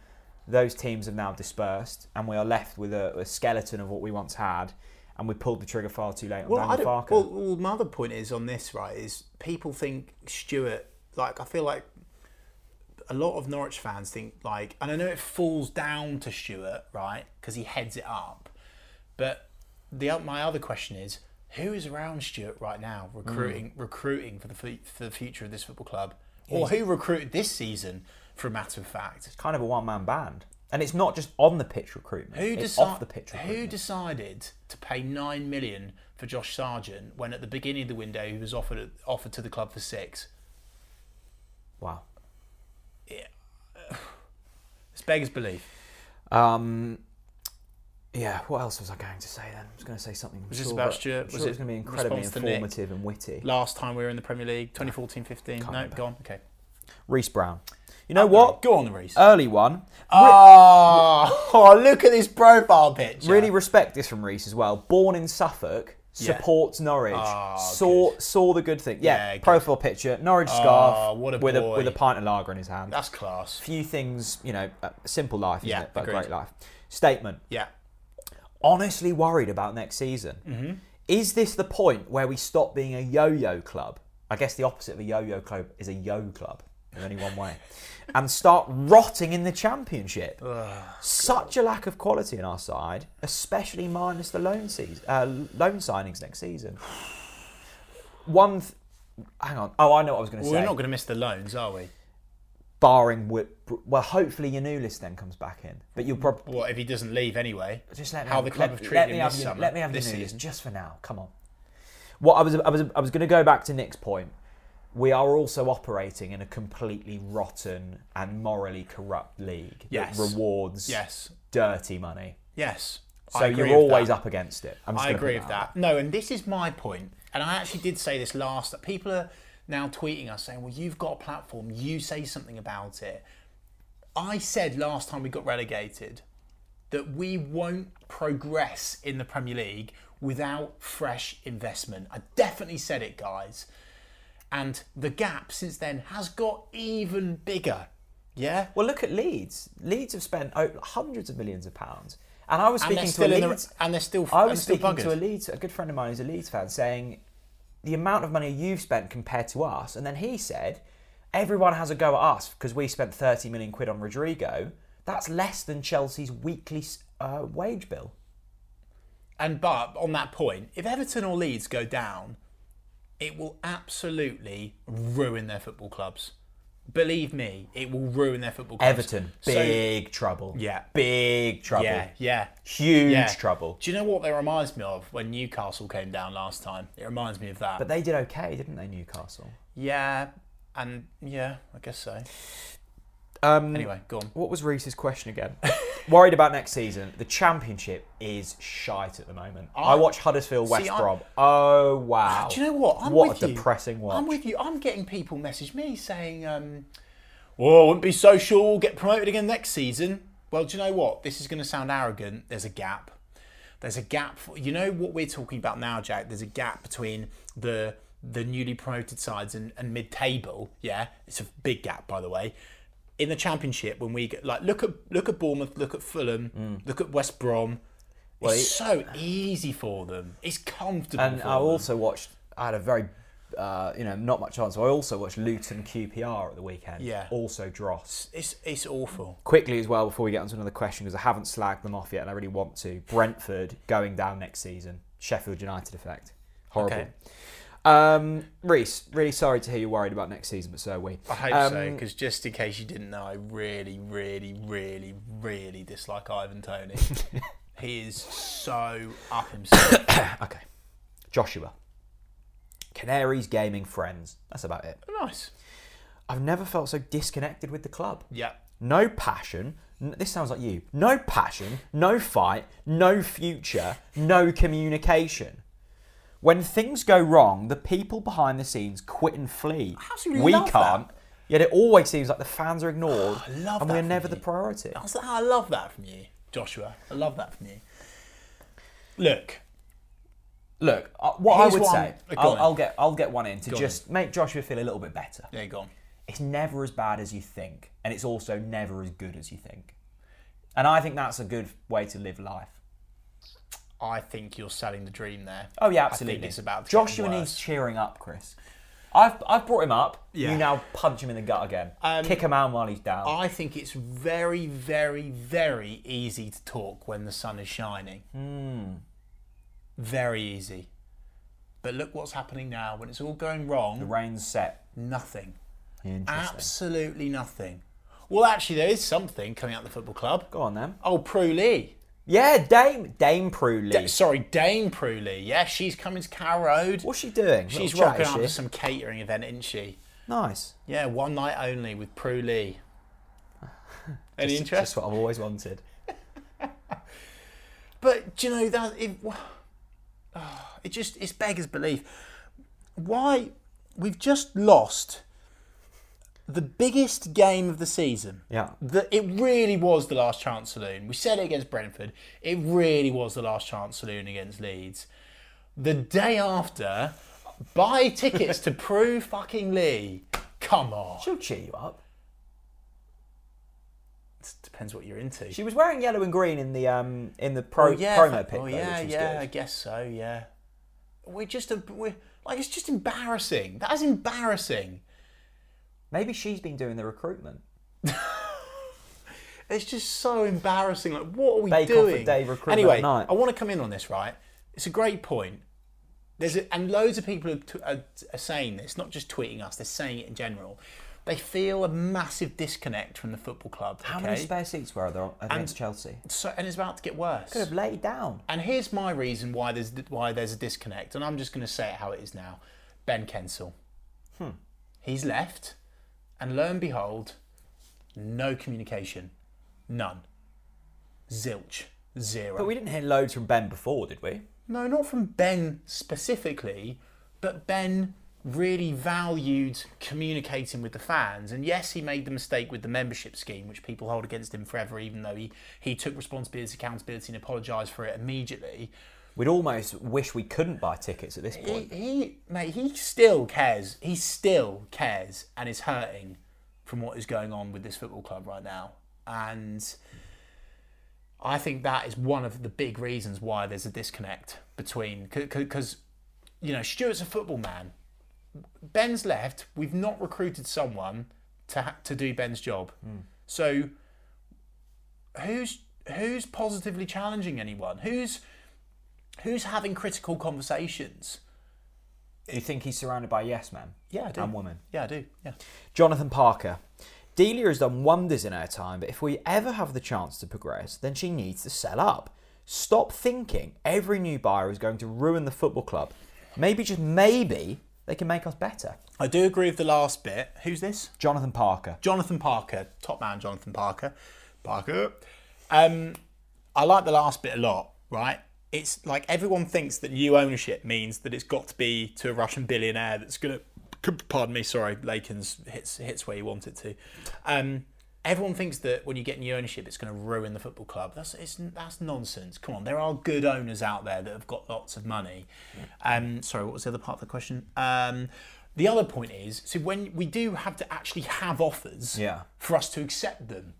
Speaker 3: Those teams have now dispersed, and we are left with a, a skeleton of what we once had. And we pulled the trigger far too late on
Speaker 4: Well,
Speaker 3: Daniel
Speaker 4: I don't,
Speaker 3: Farker.
Speaker 4: well, well, my other point is on this, right? Is people think Stuart, like, I feel like a lot of Norwich fans think, like, and I know it falls down to Stuart, right? Because he heads it up. But the o- my other question is, who is around Stuart right now, recruiting
Speaker 3: Mm.
Speaker 4: recruiting for the fu- for the future of this football club, or who recruited this season? For a matter of fact,
Speaker 3: kind of a one-man band, and it's not just on the pitch recruitment.
Speaker 4: who,
Speaker 3: it's
Speaker 4: deci-
Speaker 3: off the pitch
Speaker 4: who
Speaker 3: recruitment.
Speaker 4: decided to pay nine million for Josh Sargent when at the beginning of the window he was offered offered to the club for six?
Speaker 3: wow.
Speaker 4: It's beggars belief.
Speaker 3: Um, yeah. What else was I going to say then? I was going to say something. I'm
Speaker 4: Was this
Speaker 3: sure,
Speaker 4: about
Speaker 3: but
Speaker 4: Stuart?
Speaker 3: I'm
Speaker 4: Was
Speaker 3: sure
Speaker 4: it
Speaker 3: it was going to be incredibly
Speaker 4: response to Nick?
Speaker 3: informative and witty.
Speaker 4: Last time we were in the Premier League, 2014-15. No,
Speaker 3: remember.
Speaker 4: gone. Okay.
Speaker 3: Reese Brown. You
Speaker 4: Uh,
Speaker 3: know what? Uh,
Speaker 4: Go on, Reese.
Speaker 3: Early one.
Speaker 4: Ah, oh, look at this profile picture.
Speaker 3: Really respect this from Reese as well. Born in Suffolk, supports Norwich. saw saw the good thing. Yeah,
Speaker 4: Ah, Yeah, good. Ah,
Speaker 3: profile picture, Norwich scarf
Speaker 4: what a
Speaker 3: with a
Speaker 4: boy.
Speaker 3: with a pint of lager in his hand.
Speaker 4: That's class.
Speaker 3: Few things, you know, a simple life, isn't
Speaker 4: Yeah,
Speaker 3: it? But
Speaker 4: agreed.
Speaker 3: a great life. Statement.
Speaker 4: Yeah.
Speaker 3: Honestly worried about next season.
Speaker 4: Mm-hmm.
Speaker 3: Is this the point where we stop being a yo-yo club? I guess the opposite of a yo-yo club is a yo club. in only one way. and start rotting in the championship. Such a lack of quality in our side, especially minus the loan season, uh, loan signings next season. One, th- hang on. Oh, I know what I was going to
Speaker 4: Well,
Speaker 3: say.
Speaker 4: we're not going to miss the loans, are we?
Speaker 3: Barring wi- well, hopefully your new list then comes back in, but you'll probably
Speaker 4: What if he doesn't leave anyway?
Speaker 3: just let me
Speaker 4: how
Speaker 3: have,
Speaker 4: the club
Speaker 3: let,
Speaker 4: have
Speaker 3: let
Speaker 4: treated
Speaker 3: me
Speaker 4: him
Speaker 3: have
Speaker 4: this
Speaker 3: your-
Speaker 4: summer.
Speaker 3: Let me have
Speaker 4: this
Speaker 3: your news
Speaker 4: season.
Speaker 3: just for now. Come on. What I was I was I was going to go back to Nick's point. We are also operating in a completely rotten and morally corrupt league
Speaker 4: Yes.
Speaker 3: that rewards
Speaker 4: Yes.
Speaker 3: dirty money.
Speaker 4: Yes. I
Speaker 3: So
Speaker 4: agree
Speaker 3: you're
Speaker 4: with
Speaker 3: always
Speaker 4: that.
Speaker 3: up against it. I'm just
Speaker 4: I
Speaker 3: gonna
Speaker 4: agree
Speaker 3: put
Speaker 4: with that. No, and this is my point, and I actually did say this last. That people are now tweeting us saying, "Well, you've got a platform. You say something about it." I said last time we got relegated that we won't progress in the Premier League without fresh investment. I definitely said it, guys. And the gap since then has got even bigger. Yeah?
Speaker 3: Well, look at Leeds. Leeds have spent oh, hundreds of millions of pounds. And I was
Speaker 4: And
Speaker 3: speaking
Speaker 4: they're
Speaker 3: to a
Speaker 4: still in the-
Speaker 3: Leeds.
Speaker 4: and they're still-
Speaker 3: I
Speaker 4: and
Speaker 3: was
Speaker 4: they're still
Speaker 3: speaking to a
Speaker 4: buggered.
Speaker 3: Leeds, a good friend of mine who's a Leeds fan, saying the amount of money you've spent compared to us. And then he said, everyone has a go at us because we spent 30 million quid on Rodrigo. That's less than Chelsea's weekly uh, wage bill.
Speaker 4: And but on that point, if Everton or Leeds go down, it will absolutely ruin their football clubs. Believe me, it will ruin their football clubs.
Speaker 3: Everton,
Speaker 4: So-
Speaker 3: big trouble.
Speaker 4: Yeah.
Speaker 3: Big trouble.
Speaker 4: yeah, yeah.
Speaker 3: Huge
Speaker 4: yeah.
Speaker 3: trouble.
Speaker 4: Do you know what that reminds me of when Newcastle came down last time? It reminds me of that.
Speaker 3: But they did okay, didn't they, Newcastle?
Speaker 4: yeah, and yeah, I guess so.
Speaker 3: Um,
Speaker 4: Anyway, go on.
Speaker 3: What was Reese's question again? Worried about next season. The championship is shite at the moment. I, watch Huddersfield West
Speaker 4: See, I-
Speaker 3: Brom. Oh wow.
Speaker 4: Do you know what? I'm
Speaker 3: what
Speaker 4: with
Speaker 3: a
Speaker 4: you.
Speaker 3: depressing watch.
Speaker 4: I'm with you. I'm getting people message me saying, um, "Well, wouldn't be so sure we'll get promoted again next season." Well, do you know what? This is going to sound arrogant. There's a gap. There's a gap. For, you know what we're talking about now, Jack. There's a gap between the the newly promoted sides and, and mid table. Yeah, it's a big gap, by the way. In the championship, when we get like look at look at Bournemouth, look at Fulham,
Speaker 3: Mm.
Speaker 4: look at West Brom. it's so easy for them. It's comfortable.
Speaker 3: and
Speaker 4: for
Speaker 3: I
Speaker 4: them.
Speaker 3: also watched. I had a very, uh, you know, not much on. So I also watched Luton QPR at the weekend.
Speaker 4: Yeah.
Speaker 3: Also Dross.
Speaker 4: It's it's awful.
Speaker 3: Quickly as well before we get onto another question because I haven't slagged them off yet and I really want to. Brentford going down next season. Sheffield United effect. Horrible.
Speaker 4: Okay.
Speaker 3: Um, Reese, really sorry to hear you're worried about next season, but so are we.
Speaker 4: I hope
Speaker 3: um,
Speaker 4: so, because just in case you didn't know, I really, really, really, really dislike Ivan Tony. he is so up himself.
Speaker 3: Okay. Joshua. Canaries gaming friends. That's about it.
Speaker 4: nice.
Speaker 3: I've never felt so disconnected with the club.
Speaker 4: Yeah.
Speaker 3: No passion. n- This sounds like you. No passion, no fight, no future, no communication. When things go wrong, the people behind the scenes quit and flee.
Speaker 4: Absolutely
Speaker 3: we
Speaker 4: love that.
Speaker 3: can't. Yet it always seems like the fans are ignored
Speaker 4: I love
Speaker 3: and
Speaker 4: that
Speaker 3: we're
Speaker 4: from
Speaker 3: never
Speaker 4: you. Oh.
Speaker 3: the priority.
Speaker 4: That's, I love that from you, Joshua. I love that from you. Look,
Speaker 3: Look, uh, what I
Speaker 4: Here's
Speaker 3: would
Speaker 4: what
Speaker 3: say,
Speaker 4: I'm- go
Speaker 3: I'll,
Speaker 4: on.
Speaker 3: I'll get I'll get one in to
Speaker 4: on
Speaker 3: just make Joshua feel a little bit better.
Speaker 4: there you go.
Speaker 3: it's never as bad as you think, and it's also never as good as you think. And I think that's a good way to live life.
Speaker 4: I think you're selling the dream there.
Speaker 3: Oh yeah,
Speaker 4: I
Speaker 3: absolutely.
Speaker 4: think it's about to get
Speaker 3: Joshua
Speaker 4: worse.
Speaker 3: needs cheering up, Chris. I've I've brought him up.
Speaker 4: Yeah. Um,
Speaker 3: You now punch him in the gut again. Kick him out while he's down.
Speaker 4: I think it's very, very, very easy to talk when the sun is shining.
Speaker 3: Hmm.
Speaker 4: Very easy. But look what's happening now. When it's all going
Speaker 3: the
Speaker 4: wrong,
Speaker 3: rain's set.
Speaker 4: nothing.
Speaker 3: Interesting.
Speaker 4: Absolutely nothing. Well, actually, there is something coming out of the football club.
Speaker 3: Go on then.
Speaker 4: Oh, Prue Lee.
Speaker 3: Yeah, Dame Dame Prue Lee.
Speaker 4: Sorry, Dame Prue Lee. Yeah, she's coming to Carrow Road.
Speaker 3: What's she doing?
Speaker 4: She's
Speaker 3: Little chat,
Speaker 4: rocking
Speaker 3: is
Speaker 4: up
Speaker 3: she?
Speaker 4: to some catering event, isn't she?
Speaker 3: Nice.
Speaker 4: Yeah, one night only with Prue Lee. Any interest?
Speaker 3: That's what I've always wanted.
Speaker 4: But do you know that it, ah, it just it's beggars belief. Why we've just lost the biggest game of the season.
Speaker 3: Yeah.
Speaker 4: That it really was the last chance saloon. We said it against Brentford. It really was the last chance saloon against Leeds. The day after, buy tickets to Prue fucking Lee. Come on.
Speaker 3: She'll cheer you up.
Speaker 4: It depends what you're into.
Speaker 3: She was wearing yellow and green in the um in the pro,
Speaker 4: fa-
Speaker 3: promo pic.
Speaker 4: Oh
Speaker 3: though,
Speaker 4: yeah,
Speaker 3: which was
Speaker 4: yeah,
Speaker 3: good.
Speaker 4: I guess so. Yeah, we're just a we're like it's just embarrassing. That is embarrassing.
Speaker 3: Maybe she's been doing the recruitment.
Speaker 4: It's just so embarrassing. Like, what are we
Speaker 3: Bake Off
Speaker 4: doing?
Speaker 3: a day recruitment
Speaker 4: anyway,
Speaker 3: at night.
Speaker 4: I want to come in on this. Right, it's a great point. There's a, and loads of people are, t- are, are saying this, not just tweeting us. They're saying it in general. They feel a massive disconnect from the football club.
Speaker 3: How
Speaker 4: okay?
Speaker 3: many spare seats were there against Chelsea?
Speaker 4: so, and it's about to get worse.
Speaker 3: Could have laid down.
Speaker 4: And here's my reason why there's why there's a disconnect, and I'm just going to say it how it is now. Ben Kensel,
Speaker 3: Hmm.
Speaker 4: he's left, and lo and behold, no communication, none, zilch, zero.
Speaker 3: But we didn't hear loads from Ben before, did we?
Speaker 4: no, not from Ben specifically, but Ben really valued communicating with the fans. And yes, he made the mistake with the membership scheme, which people hold against him forever, even though he, he took responsibility, accountability, and apologised for it immediately.
Speaker 3: We'd almost wish we couldn't buy tickets at this
Speaker 4: He,
Speaker 3: point.
Speaker 4: he, mate, he still cares. He still cares and is hurting from what is going on with this football club right now. And I think that is one of the big reasons why there's a disconnect between because you know Stuart's a football man. Ben's left. We've not recruited someone to ha- to do Ben's job. So who's who's positively challenging anyone? Who's who's having critical conversations?
Speaker 3: You think he's surrounded by yes men?
Speaker 4: Yeah, I do.
Speaker 3: And women.
Speaker 4: Yeah, I do. Yeah.
Speaker 3: Jonathan Parker. Delia has done wonders in her time, but if we ever have the chance to progress, then she needs to sell up. Stop thinking every new buyer is going to ruin the football club. Maybe, just maybe, they can make us better.
Speaker 4: I do agree with the last bit. Who's this?
Speaker 3: Jonathan Parker.
Speaker 4: Jonathan Parker, top man, Jonathan Parker. Parker. Um, I like the last bit a lot, right? It's like everyone thinks that new ownership means that it's got to be to a Russian billionaire that's going to, pardon me, sorry, Lakens hits, hits where you want it to. Um, everyone thinks that when you get new ownership, it's going to ruin the football club. That's, it's, that's nonsense. Come on, there are good owners out there that have got lots of money. Um, sorry, what was the other part of the question? Um, the other point is, so when we do have to actually have offers
Speaker 3: Yeah.
Speaker 4: for us to accept them,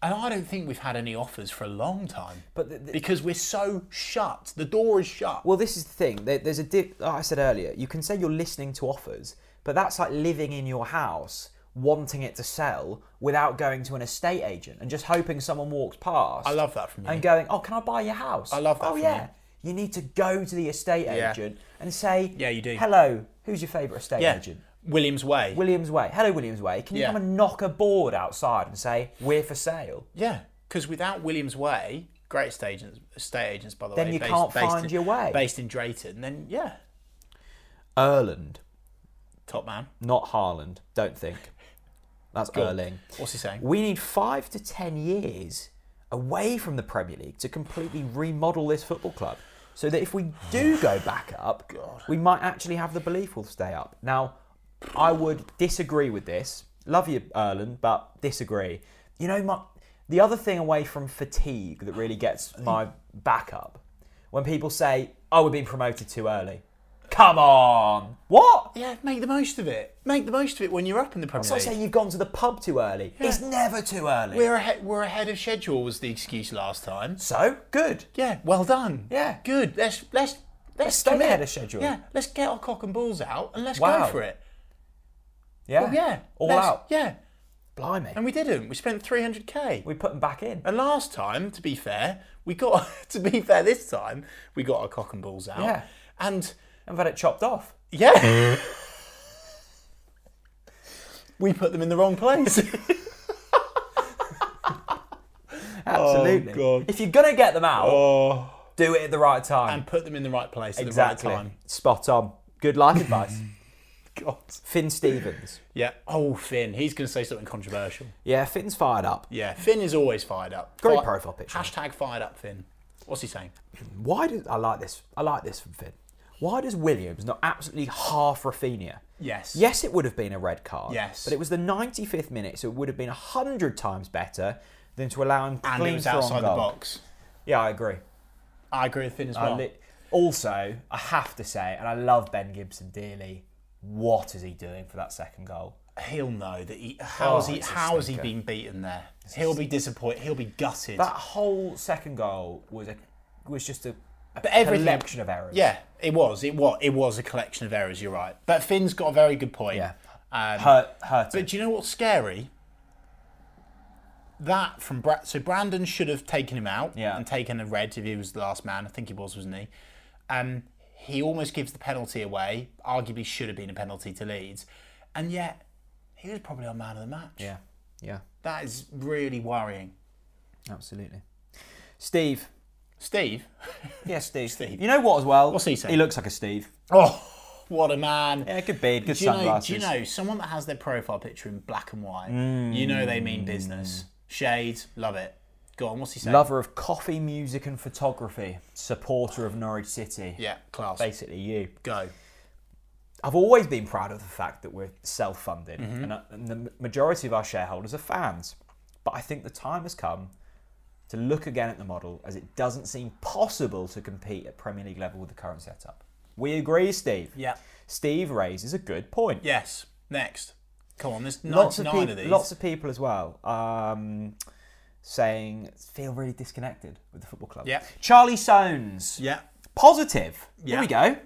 Speaker 4: and I don't think we've had any offers for a long time.
Speaker 3: But the- the-
Speaker 4: because we're so shut, the door is shut.
Speaker 3: Well, this is the thing. There- There's a dip. Like I said earlier, you can say you're listening to offers, but that's like living in your house, wanting it to sell without going to an estate agent and just hoping someone walks past.
Speaker 4: I love that from you.
Speaker 3: and going, oh, can I buy your house? I
Speaker 4: love that
Speaker 3: Oh
Speaker 4: from
Speaker 3: yeah. You. need to go to the estate
Speaker 4: Yeah.
Speaker 3: agent and say,
Speaker 4: Yeah, you do.
Speaker 3: Hello, who's your favourite estate
Speaker 4: yeah,
Speaker 3: agent?
Speaker 4: Williams Way.
Speaker 3: Williams Way. Hello, Williams Way. Can you
Speaker 4: Yeah.
Speaker 3: come and knock a board outside and say we're for sale?
Speaker 4: yeah, because without Williams Way, great estate agents, estate agents by the
Speaker 3: Then
Speaker 4: way,
Speaker 3: you can't find
Speaker 4: in-
Speaker 3: your way.
Speaker 4: Based in Drayton, then yeah,
Speaker 3: Erland,
Speaker 4: top man.
Speaker 3: not Haaland. Don't think. That's Erling.
Speaker 4: What's he saying?
Speaker 3: We need five to ten years away from the Premier League to completely remodel this football club so that if we do go back up, we might actually have the belief we'll stay up. Now, I would disagree with this. Love you, Erland, but disagree. You know, my, the other thing away from fatigue that really gets my back up when people say, oh, we're being promoted too early. Come on! What?
Speaker 4: Yeah, make the most of it. Make the most of it when you're up in the Premier
Speaker 3: So I
Speaker 4: League.
Speaker 3: say you've gone to the pub too early. It's never too early.
Speaker 4: we're ahead. We're ahead of schedule was the excuse last time.
Speaker 3: so good.
Speaker 4: Yeah, well done.
Speaker 3: Yeah.
Speaker 4: good. Let's let's let's
Speaker 3: stay
Speaker 4: commit.
Speaker 3: ahead of schedule.
Speaker 4: Yeah, let's get our cock and balls out and let's
Speaker 3: Wow.
Speaker 4: go for it.
Speaker 3: Oh, Yeah.
Speaker 4: Well, yeah,
Speaker 3: All
Speaker 4: let's-
Speaker 3: out.
Speaker 4: Yeah,
Speaker 3: Blimey.
Speaker 4: and we didn't. We spent three hundred k.
Speaker 3: we put them back in.
Speaker 4: And last time, to be fair, we got to be fair this time we got our cock and balls out.
Speaker 3: Yeah.
Speaker 4: and
Speaker 3: I've had it chopped off.
Speaker 4: yeah, we put them in the wrong place.
Speaker 3: Absolutely.
Speaker 4: God.
Speaker 3: If you're going to get them out,
Speaker 4: oh,
Speaker 3: do it at the right time.
Speaker 4: and put them in the right place at
Speaker 3: exactly.
Speaker 4: the right time.
Speaker 3: Spot on. Good life advice.
Speaker 4: God.
Speaker 3: Finn Stevens.
Speaker 4: Yeah. Oh, Finn, he's going to say something controversial.
Speaker 3: Yeah, Finn's fired up.
Speaker 4: Yeah, Finn is always fired up.
Speaker 3: Great
Speaker 4: Fi-
Speaker 3: profile picture.
Speaker 4: Hashtag fired up Finn. What's he saying?
Speaker 3: Why does I like this? I like this from Finn. Why does Williams not absolutely half Rafinha?
Speaker 4: Yes.
Speaker 3: Yes, it would have been a red card.
Speaker 4: Yes.
Speaker 3: But it was the 95th minute, so it would have been 100 times better than to allow him
Speaker 4: And
Speaker 3: clean
Speaker 4: it was
Speaker 3: throw on
Speaker 4: outside the
Speaker 3: goal.
Speaker 4: box.
Speaker 3: Yeah, I agree.
Speaker 4: I agree with Finn as
Speaker 3: I
Speaker 4: well.
Speaker 3: li- also, I have to say, and I love Ben Gibson dearly. What is he doing for that second goal?
Speaker 4: He'll know that he. How's
Speaker 3: Oh,
Speaker 4: he?
Speaker 3: it's a
Speaker 4: How's he
Speaker 3: stinker.
Speaker 4: been beaten there? He'll be disappointed. He'll be gutted.
Speaker 3: That whole second goal was a was just a, a
Speaker 4: But everything-
Speaker 3: collection of errors.
Speaker 4: yeah, it was. It was. It was a collection of errors. You're right. But Finn's got a very good point.
Speaker 3: yeah.
Speaker 4: Um,
Speaker 3: Hurt, hurt.
Speaker 4: But do you know what's scary? That from Bra- so Brandon should have taken him out
Speaker 3: Yeah.
Speaker 4: and taken a red if he was the last man. I think he was, wasn't he? Um, he almost gives the penalty away. Arguably, should have been a penalty to Leeds, and yet he was probably our man of the match.
Speaker 3: yeah, yeah,
Speaker 4: That is really worrying.
Speaker 3: absolutely. Steve,
Speaker 4: Steve.
Speaker 3: yeah, Steve.
Speaker 4: Steve.
Speaker 3: You know what? As well,
Speaker 4: What's he saying?
Speaker 3: He looks like a Steve.
Speaker 4: Oh, what a man!
Speaker 3: Yeah, good beard, good
Speaker 4: do you know,
Speaker 3: sunglasses.
Speaker 4: do you know someone that has their profile picture in black and white? You know they
Speaker 3: Mm.
Speaker 4: mean business. Shades, love it. Go on, what's he saying?
Speaker 3: Lover of coffee, music, and photography. Supporter of Norwich City.
Speaker 4: Yeah, class.
Speaker 3: Basically, you.
Speaker 4: Go.
Speaker 3: I've always been proud of the fact that we're self funded
Speaker 4: Mm-hmm.
Speaker 3: and, uh, and the majority of our shareholders are fans. But I think the time has come to look again at the model as it doesn't seem possible to compete at Premier League level with the current setup. We agree, Steve.
Speaker 4: Yeah.
Speaker 3: Steve raises a good point.
Speaker 4: Yes. Next. Come on, there's
Speaker 3: Lots
Speaker 4: 99
Speaker 3: of,
Speaker 4: of,
Speaker 3: people,
Speaker 4: these.
Speaker 3: lots of people as well um, saying feel really disconnected with the football club.
Speaker 4: Yeah.
Speaker 3: Charlie Soanes.
Speaker 4: yeah.
Speaker 3: Positive.
Speaker 4: Yeah.
Speaker 3: Here we go.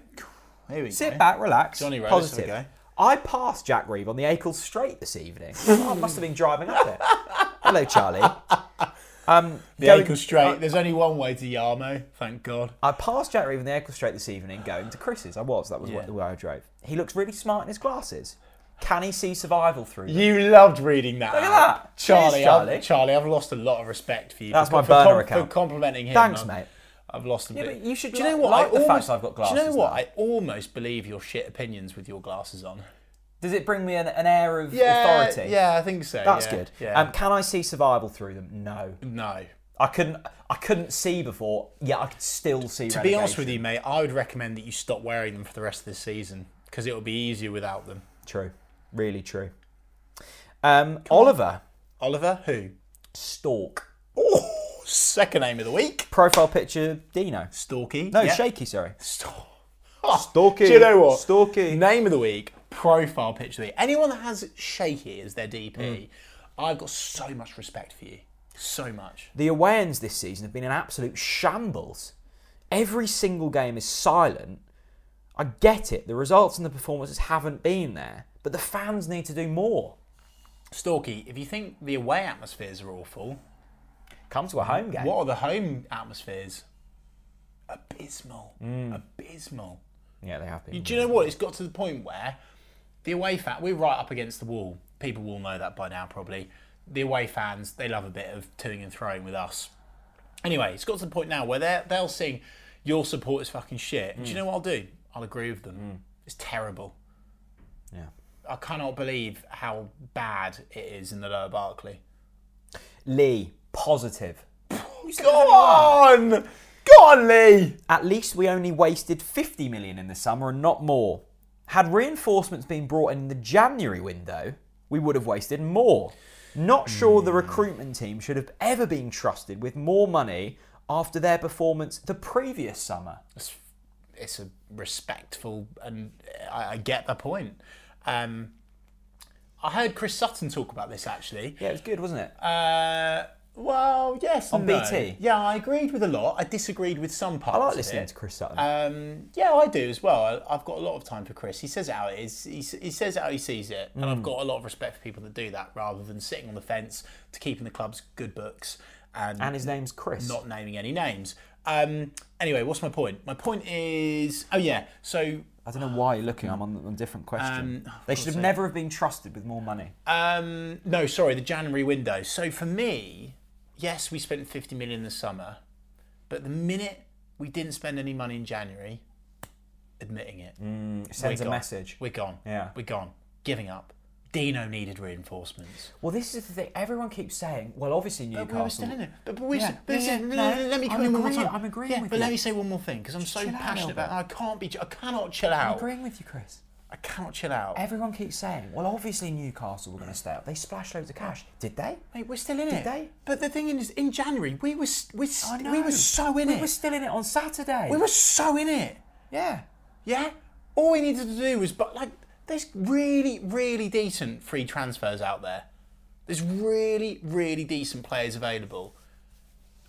Speaker 4: Here we
Speaker 3: Sit
Speaker 4: go.
Speaker 3: back, relax.
Speaker 4: Johnny Rose,
Speaker 3: Positive.
Speaker 4: okay.
Speaker 3: I passed Jack Reeve on the Acle Strait this evening. Oh, I must have been driving up there. Hello, Charlie. Um,
Speaker 4: The
Speaker 3: going-
Speaker 4: ankle straight. There's only one way to Yarmo. Thank God.
Speaker 3: I passed Jack Reeve on the Acle Strait this evening going to Chris's. I was. That was
Speaker 4: Yeah.
Speaker 3: where, where I drove. He looks really smart in his glasses. Can he see survival through them?
Speaker 4: You loved reading that.
Speaker 3: Look at that.
Speaker 4: Charlie.
Speaker 3: Cheers, Charlie.
Speaker 4: I've, Charlie, I've lost a lot of respect for you.
Speaker 3: That's
Speaker 4: for,
Speaker 3: my
Speaker 4: for
Speaker 3: burner
Speaker 4: For
Speaker 3: account.
Speaker 4: complimenting him.
Speaker 3: Thanks,
Speaker 4: I've-
Speaker 3: mate.
Speaker 4: I've lost a bit.
Speaker 3: but you should
Speaker 4: Do you know
Speaker 3: like-
Speaker 4: what?
Speaker 3: like
Speaker 4: I
Speaker 3: the fact
Speaker 4: almost-
Speaker 3: that I've got
Speaker 4: Do you know
Speaker 3: glasses
Speaker 4: what?
Speaker 3: now.
Speaker 4: I almost believe your shit opinions with your glasses on.
Speaker 3: Does it bring me an, an air of authority?
Speaker 4: Yeah, I think so.
Speaker 3: That's
Speaker 4: yeah,
Speaker 3: good.
Speaker 4: Yeah.
Speaker 3: Um, can I see survival through them? No.
Speaker 4: no.
Speaker 3: I couldn't. I couldn't see before. Yeah, I could still see.
Speaker 4: To be honest with you, mate, I would recommend that you stop wearing them for the rest of the season because it will be easier without them.
Speaker 3: True. Really true. Um, Oliver
Speaker 4: Oliver, who?
Speaker 3: Stork.
Speaker 4: Oh, second name of the week.
Speaker 3: Profile picture Dino.
Speaker 4: Stalky.
Speaker 3: No,
Speaker 4: Yeah.
Speaker 3: shaky. Sorry.
Speaker 4: Stor- Oh,
Speaker 3: Stalky.
Speaker 4: Do you know what?
Speaker 3: Stalky.
Speaker 4: Name of the week, profile picture of the week. Anyone that has Shaky as their DP, I've got so much respect for you. So much.
Speaker 3: The away ends this season have been an absolute shambles. Every single game is silent. I get it. The results and the performances haven't been there, but the fans need to do more.
Speaker 4: Stalky, if you think the away atmospheres are awful,
Speaker 3: Come to a home game.
Speaker 4: what are the home atmospheres? Abysmal. Abysmal.
Speaker 3: Yeah, they have been.
Speaker 4: Do you know what? It's got to the point where the away fan, we're right up against the wall. People will know that by now, probably. The away fans, they love a bit of toing and throwing with us. Anyway, it's got to the point now where they're, they'll sing, Your support is fucking shit. Do you know what I'll do? I'll agree with them. It's terrible.
Speaker 3: Yeah.
Speaker 4: I cannot believe how bad it is in the lower Barclay.
Speaker 3: Lee, positive.
Speaker 4: Go on! Go on, Lee!
Speaker 3: At least we only wasted 50 million in the summer and not more. Had reinforcements been brought in the January window, we would have wasted more. Not sure
Speaker 4: Hmm.
Speaker 3: the recruitment team should have ever been trusted with more money after their performance the previous summer.
Speaker 4: it's a respectful and I, I get the point. Um, I heard Chris Sutton talk about this actually.
Speaker 3: Yeah, it was good, wasn't it?
Speaker 4: Uh, well, yes,
Speaker 3: On
Speaker 4: and no.
Speaker 3: BT?
Speaker 4: Yeah, I agreed with a lot. I disagreed with some parts.
Speaker 3: I like
Speaker 4: of
Speaker 3: listening
Speaker 4: it.
Speaker 3: to Chris Sutton.
Speaker 4: Um, yeah, I do as well. I, I've got a lot of time for Chris. He says it how it is. He, s- he says it how he sees it, and
Speaker 3: Mm.
Speaker 4: I've got a lot of respect for people that do that rather than sitting on the fence to keeping the club's good books and
Speaker 3: and his name's Chris.
Speaker 4: not naming any names. Um, anyway, what's my point? My point is, oh yeah, so
Speaker 3: I don't know why you're looking. I'm on on a different question. they should have never have been trusted with more money.
Speaker 4: Um, no, sorry, the January window. So for me, yes, we spent 50 million in the summer, but the minute we didn't spend any money in January, admitting it,
Speaker 3: It Mm. sends a
Speaker 4: gone.
Speaker 3: message.
Speaker 4: we're gone.
Speaker 3: Yeah.
Speaker 4: We're gone. Giving up. Dino needed reinforcements.
Speaker 3: Well, this is the thing. Everyone keeps saying, well, obviously
Speaker 4: But we
Speaker 3: Newcastle.
Speaker 4: were still in it. But, but we
Speaker 3: Yeah,
Speaker 4: but
Speaker 3: yeah,
Speaker 4: listen,
Speaker 3: yeah, no,
Speaker 4: let- let, let me
Speaker 3: I'm
Speaker 4: come in one more
Speaker 3: agreeing-
Speaker 4: time.
Speaker 3: I'm agreeing
Speaker 4: yeah,
Speaker 3: with
Speaker 4: but let
Speaker 3: you.
Speaker 4: me say one more thing because I'm so
Speaker 3: chill out a
Speaker 4: passionate
Speaker 3: little
Speaker 4: about it. I can't be. I cannot chill
Speaker 3: I'm
Speaker 4: out.
Speaker 3: agreeing with you, Chris.
Speaker 4: I cannot chill out.
Speaker 3: Everyone keeps saying, well, obviously Newcastle were going to stay up. They splashed loads of cash. Did they?
Speaker 4: Mate, we're still in it.
Speaker 3: they?
Speaker 4: But the thing is, in January, we were s- we s- we were so in
Speaker 3: we
Speaker 4: it.
Speaker 3: were still in it on Saturday.
Speaker 4: we were so in it.
Speaker 3: Yeah.
Speaker 4: Yeah. All we needed to do was, but like, there's really, really decent free transfers out there. There's really, really decent players available,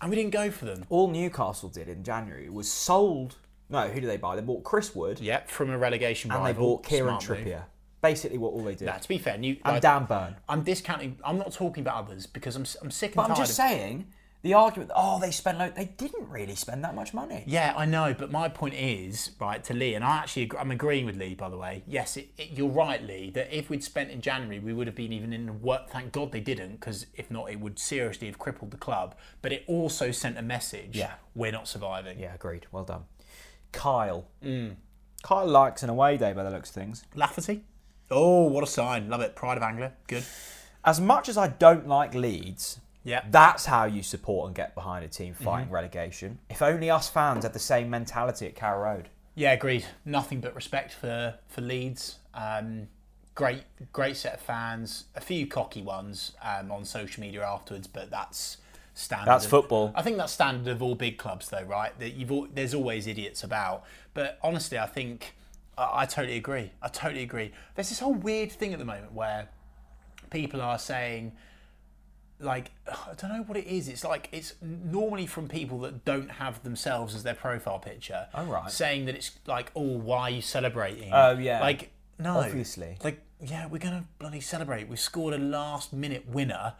Speaker 4: and we didn't go for them.
Speaker 3: All Newcastle did in January was sold. No, who did they buy? They bought Chris Wood
Speaker 4: Yep, from a relegation
Speaker 3: and they
Speaker 4: rival.
Speaker 3: bought Kieran
Speaker 4: Smart move.
Speaker 3: Trippier. Basically, what all they did.
Speaker 4: Nah, to be fair, new,
Speaker 3: and
Speaker 4: like,
Speaker 3: Dan Burn.
Speaker 4: I'm discounting. I'm not talking about others because I'm, s- I'm sick and
Speaker 3: But I'm
Speaker 4: tired.
Speaker 3: just
Speaker 4: of,
Speaker 3: saying, the argument, oh, they spent loads. They didn't really spend that much money.
Speaker 4: Yeah, I know, but my point is right to Lee, and I actually agree, I'm agreeing with Lee. By the way, yes, it, it, you're right, Lee. That if we'd spent in January, we would have been even in the work. Thank God they didn't, because if not, it would seriously have crippled the club. But it also sent a message:
Speaker 3: Yeah.
Speaker 4: we're not surviving.
Speaker 3: Yeah, agreed. Well done. Kyle.
Speaker 4: Mm.
Speaker 3: Kyle likes an away day by the looks of things.
Speaker 4: Lafferty. Oh, what a sign! Love it. Pride of Anglia. Good.
Speaker 3: As much as I don't like Leeds,
Speaker 4: Yeah. Mm-hmm.
Speaker 3: that's how you support and get behind a team fighting relegation. If only us fans had the same mentality at Carrow Road.
Speaker 4: Yeah, agreed. Nothing but respect for for Leeds. Um, great, great set of fans. A few cocky ones um, on social media afterwards, but that's standard.
Speaker 3: That's
Speaker 4: of-
Speaker 3: football.
Speaker 4: I think that's standard of all big clubs, though, right? That you've al- there's always idiots about. But honestly, I think I, I totally agree. I totally agree. There's this whole weird thing at the moment where people are saying like I don't know what it is. It's like it's normally from people that don't have themselves as their profile picture.
Speaker 3: Oh, right.
Speaker 4: Saying that it's like, oh, why are you celebrating?
Speaker 3: Oh, yeah.
Speaker 4: Like no,
Speaker 3: Obviously.
Speaker 4: Like yeah, we're gonna bloody celebrate. We scored a last minute winner,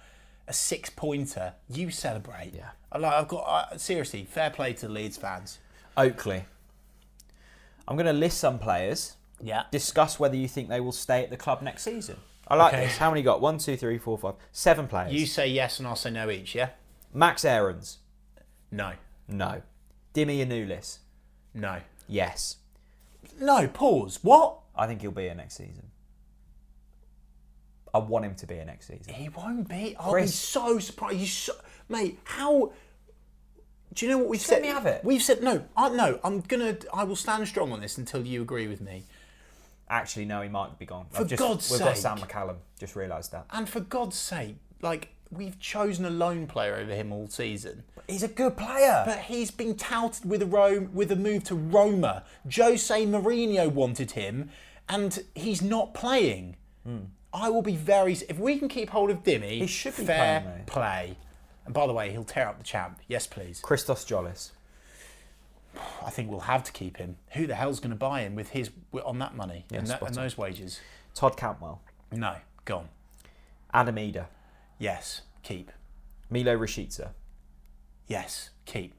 Speaker 4: a six pointer. You celebrate.
Speaker 3: Yeah.
Speaker 4: I Like I've got I, seriously, fair play to Leeds fans.
Speaker 3: Oakley. I'm going to list some players.
Speaker 4: Yeah.
Speaker 3: Discuss whether you think they will stay at the club next season. I like
Speaker 4: Okay.
Speaker 3: this. How many you got? One, two, three, four, five, seven players.
Speaker 4: You say yes and I'll say no each. Yeah.
Speaker 3: Max Aarons.
Speaker 4: No.
Speaker 3: No. Dimi Anulis.
Speaker 4: No.
Speaker 3: Yes.
Speaker 4: No. Pause. What?
Speaker 3: I think he'll be here next season. I want him to be here next season.
Speaker 4: He won't be. I'll be
Speaker 3: Chris.
Speaker 4: so surprised. You, so, mate, how? Do you know what we've
Speaker 3: Let
Speaker 4: said?
Speaker 3: me have it.
Speaker 4: We've said no. I, no, I'm gonna. I will stand strong on this until you agree with me.
Speaker 3: Actually, no, he might be gone.
Speaker 4: For
Speaker 3: just,
Speaker 4: God's
Speaker 3: we've got
Speaker 4: sake.
Speaker 3: Sam McCallum. Just realised that.
Speaker 4: And for God's sake, like we've chosen a lone player over him all season,
Speaker 3: He's a good player.
Speaker 4: but he's been touted with a Rome with a move to Roma. Jose Mourinho wanted him, and he's not playing. I will be very. If we can keep hold of Dimmy,
Speaker 3: Hmm. He should be
Speaker 4: fair
Speaker 3: playing, though.
Speaker 4: play. And by the way, he'll tear up the champ. Yes, please.
Speaker 3: Christos Jolis.
Speaker 4: I think we'll have to keep him. Who the hell's going to buy him with his with- on that money and, that,
Speaker 3: spot
Speaker 4: and
Speaker 3: on.
Speaker 4: those wages?
Speaker 3: Todd Cantwell.
Speaker 4: No, gone.
Speaker 3: Adam Eder.
Speaker 4: Yes, keep.
Speaker 3: Milo Rashica.
Speaker 4: Yes, keep.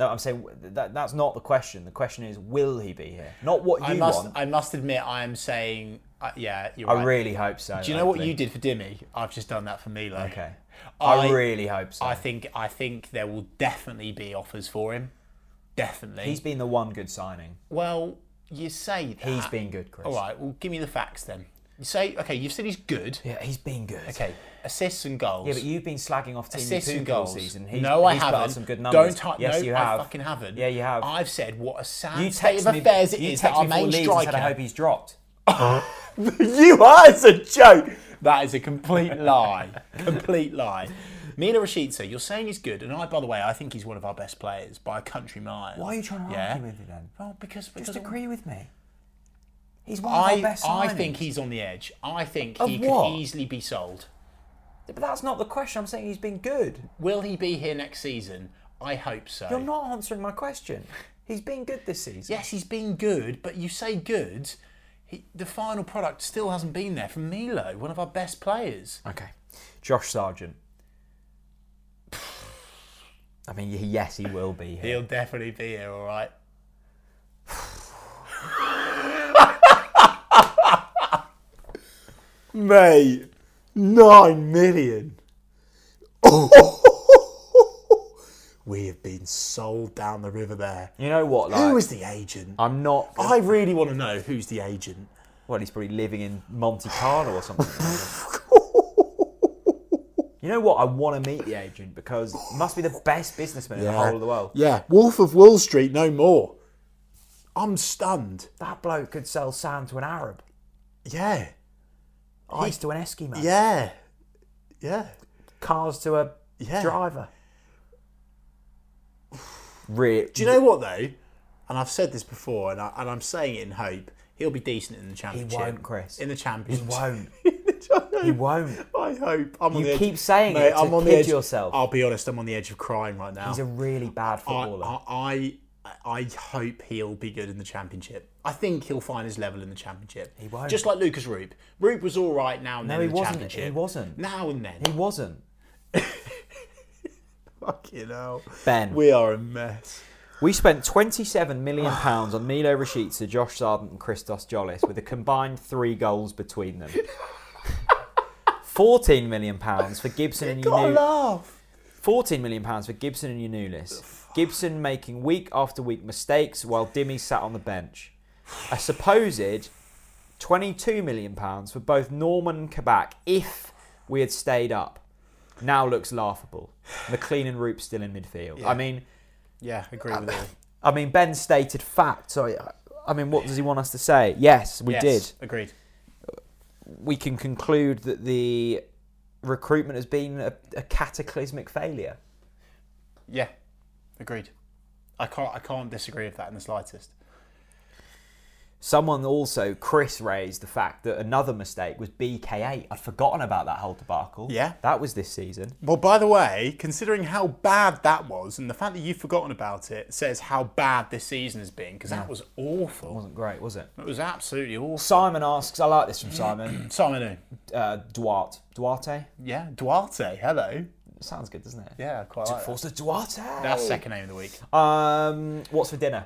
Speaker 3: No, I'm saying that, that's not the question. The question is, will he be here? Not what
Speaker 4: I
Speaker 3: you
Speaker 4: must.
Speaker 3: want.
Speaker 4: I must admit, I am saying. Uh, yeah, you're
Speaker 3: I
Speaker 4: right.
Speaker 3: really hope so.
Speaker 4: Do you know what you did for Dimmy? I've just done that for Milo.
Speaker 3: Okay. I,
Speaker 4: I,
Speaker 3: really hope so.
Speaker 4: I think. I think there will definitely be offers for him. Definitely.
Speaker 3: He's been the one good signing.
Speaker 4: well, you say that.
Speaker 3: He's been good, Chris.
Speaker 4: All right. Well, give me the facts then. You say okay. You've said he's good.
Speaker 3: Yeah, he's been good.
Speaker 4: Okay. Assists and goals.
Speaker 3: Yeah, but you've been slagging off Team
Speaker 4: assists and
Speaker 3: Puka all
Speaker 4: goals.
Speaker 3: season. He's,
Speaker 4: no, I
Speaker 3: he's put
Speaker 4: haven't.
Speaker 3: up some good numbers.
Speaker 4: Don't t-
Speaker 3: yes,
Speaker 4: no,
Speaker 3: you have.
Speaker 4: I fucking haven't.
Speaker 3: Yeah, you have.
Speaker 4: I've said what a sad
Speaker 3: you
Speaker 4: state of
Speaker 3: text me-
Speaker 4: affairs it
Speaker 3: you
Speaker 4: is
Speaker 3: text
Speaker 4: that our
Speaker 3: me before
Speaker 4: main
Speaker 3: Leeds and said,
Speaker 4: striker.
Speaker 3: I hope he's dropped.
Speaker 4: you are. It's a joke. That is a complete lie. complete lie. Mina Rashica, you're saying he's good, and I, by the way, I think he's one of our best players by a country mile.
Speaker 3: Why are you trying to
Speaker 4: Yeah.
Speaker 3: argue with me then?
Speaker 4: Well, because
Speaker 3: Just
Speaker 4: because
Speaker 3: agree with me. He's one of our
Speaker 4: I,
Speaker 3: best
Speaker 4: I
Speaker 3: signings.
Speaker 4: think he's on the edge. I think
Speaker 3: Of
Speaker 4: he
Speaker 3: what?
Speaker 4: could easily be sold.
Speaker 3: But that's not the question. I'm saying he's been good.
Speaker 4: Will he be here next season? I hope so.
Speaker 3: You're not answering my question. He's been good this season.
Speaker 4: yes, he's been good, but you say good, he, the final product still hasn't been there from Milo, one of our best players.
Speaker 3: Okay. Josh Sargent. I mean, y- yes, he will be here.
Speaker 4: He'll definitely be here, all right.
Speaker 5: Mate, nine million. we have been sold down the river there.
Speaker 3: You know what? Like,
Speaker 5: Who is the agent?
Speaker 3: I'm not.
Speaker 5: I really want to know who's the agent.
Speaker 3: Well, he's probably living in Monte Carlo or something. you know what? I want to meet the agent because he must be the best businessman in the whole of the world.
Speaker 5: Yeah, Wolf of Wall Street, no more. I'm stunned.
Speaker 3: That bloke could sell sand to an Arab,
Speaker 5: Yeah,
Speaker 3: ice to an Eskimo,
Speaker 5: yeah, yeah.
Speaker 3: cars to a
Speaker 5: Yeah.
Speaker 3: driver. Re-
Speaker 5: Do you know what though? And I've said this before, and, I, and I'm saying it in hope he'll be decent in the
Speaker 3: He
Speaker 5: championship.
Speaker 3: won't, Chris.
Speaker 5: In the
Speaker 3: He
Speaker 5: championship,
Speaker 3: won't.
Speaker 5: won't.
Speaker 3: He won't.
Speaker 5: I hope. I'm on
Speaker 3: You
Speaker 5: the edge-
Speaker 3: keep saying
Speaker 5: Mate,
Speaker 3: it to
Speaker 5: I'm on the
Speaker 3: kid
Speaker 5: edge.
Speaker 3: yourself.
Speaker 5: I'll be honest. I'm on the edge of crying right now.
Speaker 3: He's a really bad footballer.
Speaker 5: I, I, I hope he'll be good in the championship.
Speaker 4: I think he'll find his level in the championship. He
Speaker 3: won't.
Speaker 4: Just like Lucas Roop. Roop was all right now and
Speaker 3: No,
Speaker 4: then
Speaker 3: he
Speaker 4: in the
Speaker 3: wasn't.
Speaker 4: championship.
Speaker 3: He wasn't.
Speaker 4: Now and then.
Speaker 3: he wasn't.
Speaker 5: Fucking hell.
Speaker 3: Ben.
Speaker 5: We are a mess.
Speaker 3: We spent £27 million pounds on Milo Rashica, Josh Sargent, and Christos Jolis with a combined three goals between them. £14 million pounds for Gibson and Yanu-
Speaker 5: laugh.
Speaker 3: £14 million pounds for Gibson and Yanulis. Gibson making week after week mistakes while Dimmy sat on the bench. A supposed £22 million pounds for both Norman and Quebec if we had stayed up. Now looks laughable. McLean and Roop still in midfield. I mean,
Speaker 4: Yeah, agree with you.
Speaker 3: I mean, Ben stated fact. Sorry, I- I mean, what does he want us to say? Yes, we
Speaker 4: Yes,
Speaker 3: did.
Speaker 4: Agreed.
Speaker 3: We can conclude that the recruitment has been a, a cataclysmic failure.
Speaker 4: Yeah, agreed. I can't. I can't disagree with that in the slightest.
Speaker 3: Someone also, Chris, raised the fact that another mistake was BK8. I'd forgotten about that whole debacle.
Speaker 5: Yeah.
Speaker 3: That was this season.
Speaker 5: Well, by the way, considering how bad that was, and the fact that you've forgotten about it says how bad this season has been because that was awful.
Speaker 3: Wasn't great, was it?
Speaker 5: It was absolutely awful.
Speaker 3: Simon asks, I like this from Simon,
Speaker 4: Simon,
Speaker 3: uh, Duarte. Duarte?
Speaker 4: who? yeah, Duarte. Hello.
Speaker 3: Sounds good, doesn't it? Oh.
Speaker 4: Yeah, I quite like that.
Speaker 3: Forza Duarte.
Speaker 4: That's second name of the week. Oh,
Speaker 3: Um, what's for dinner?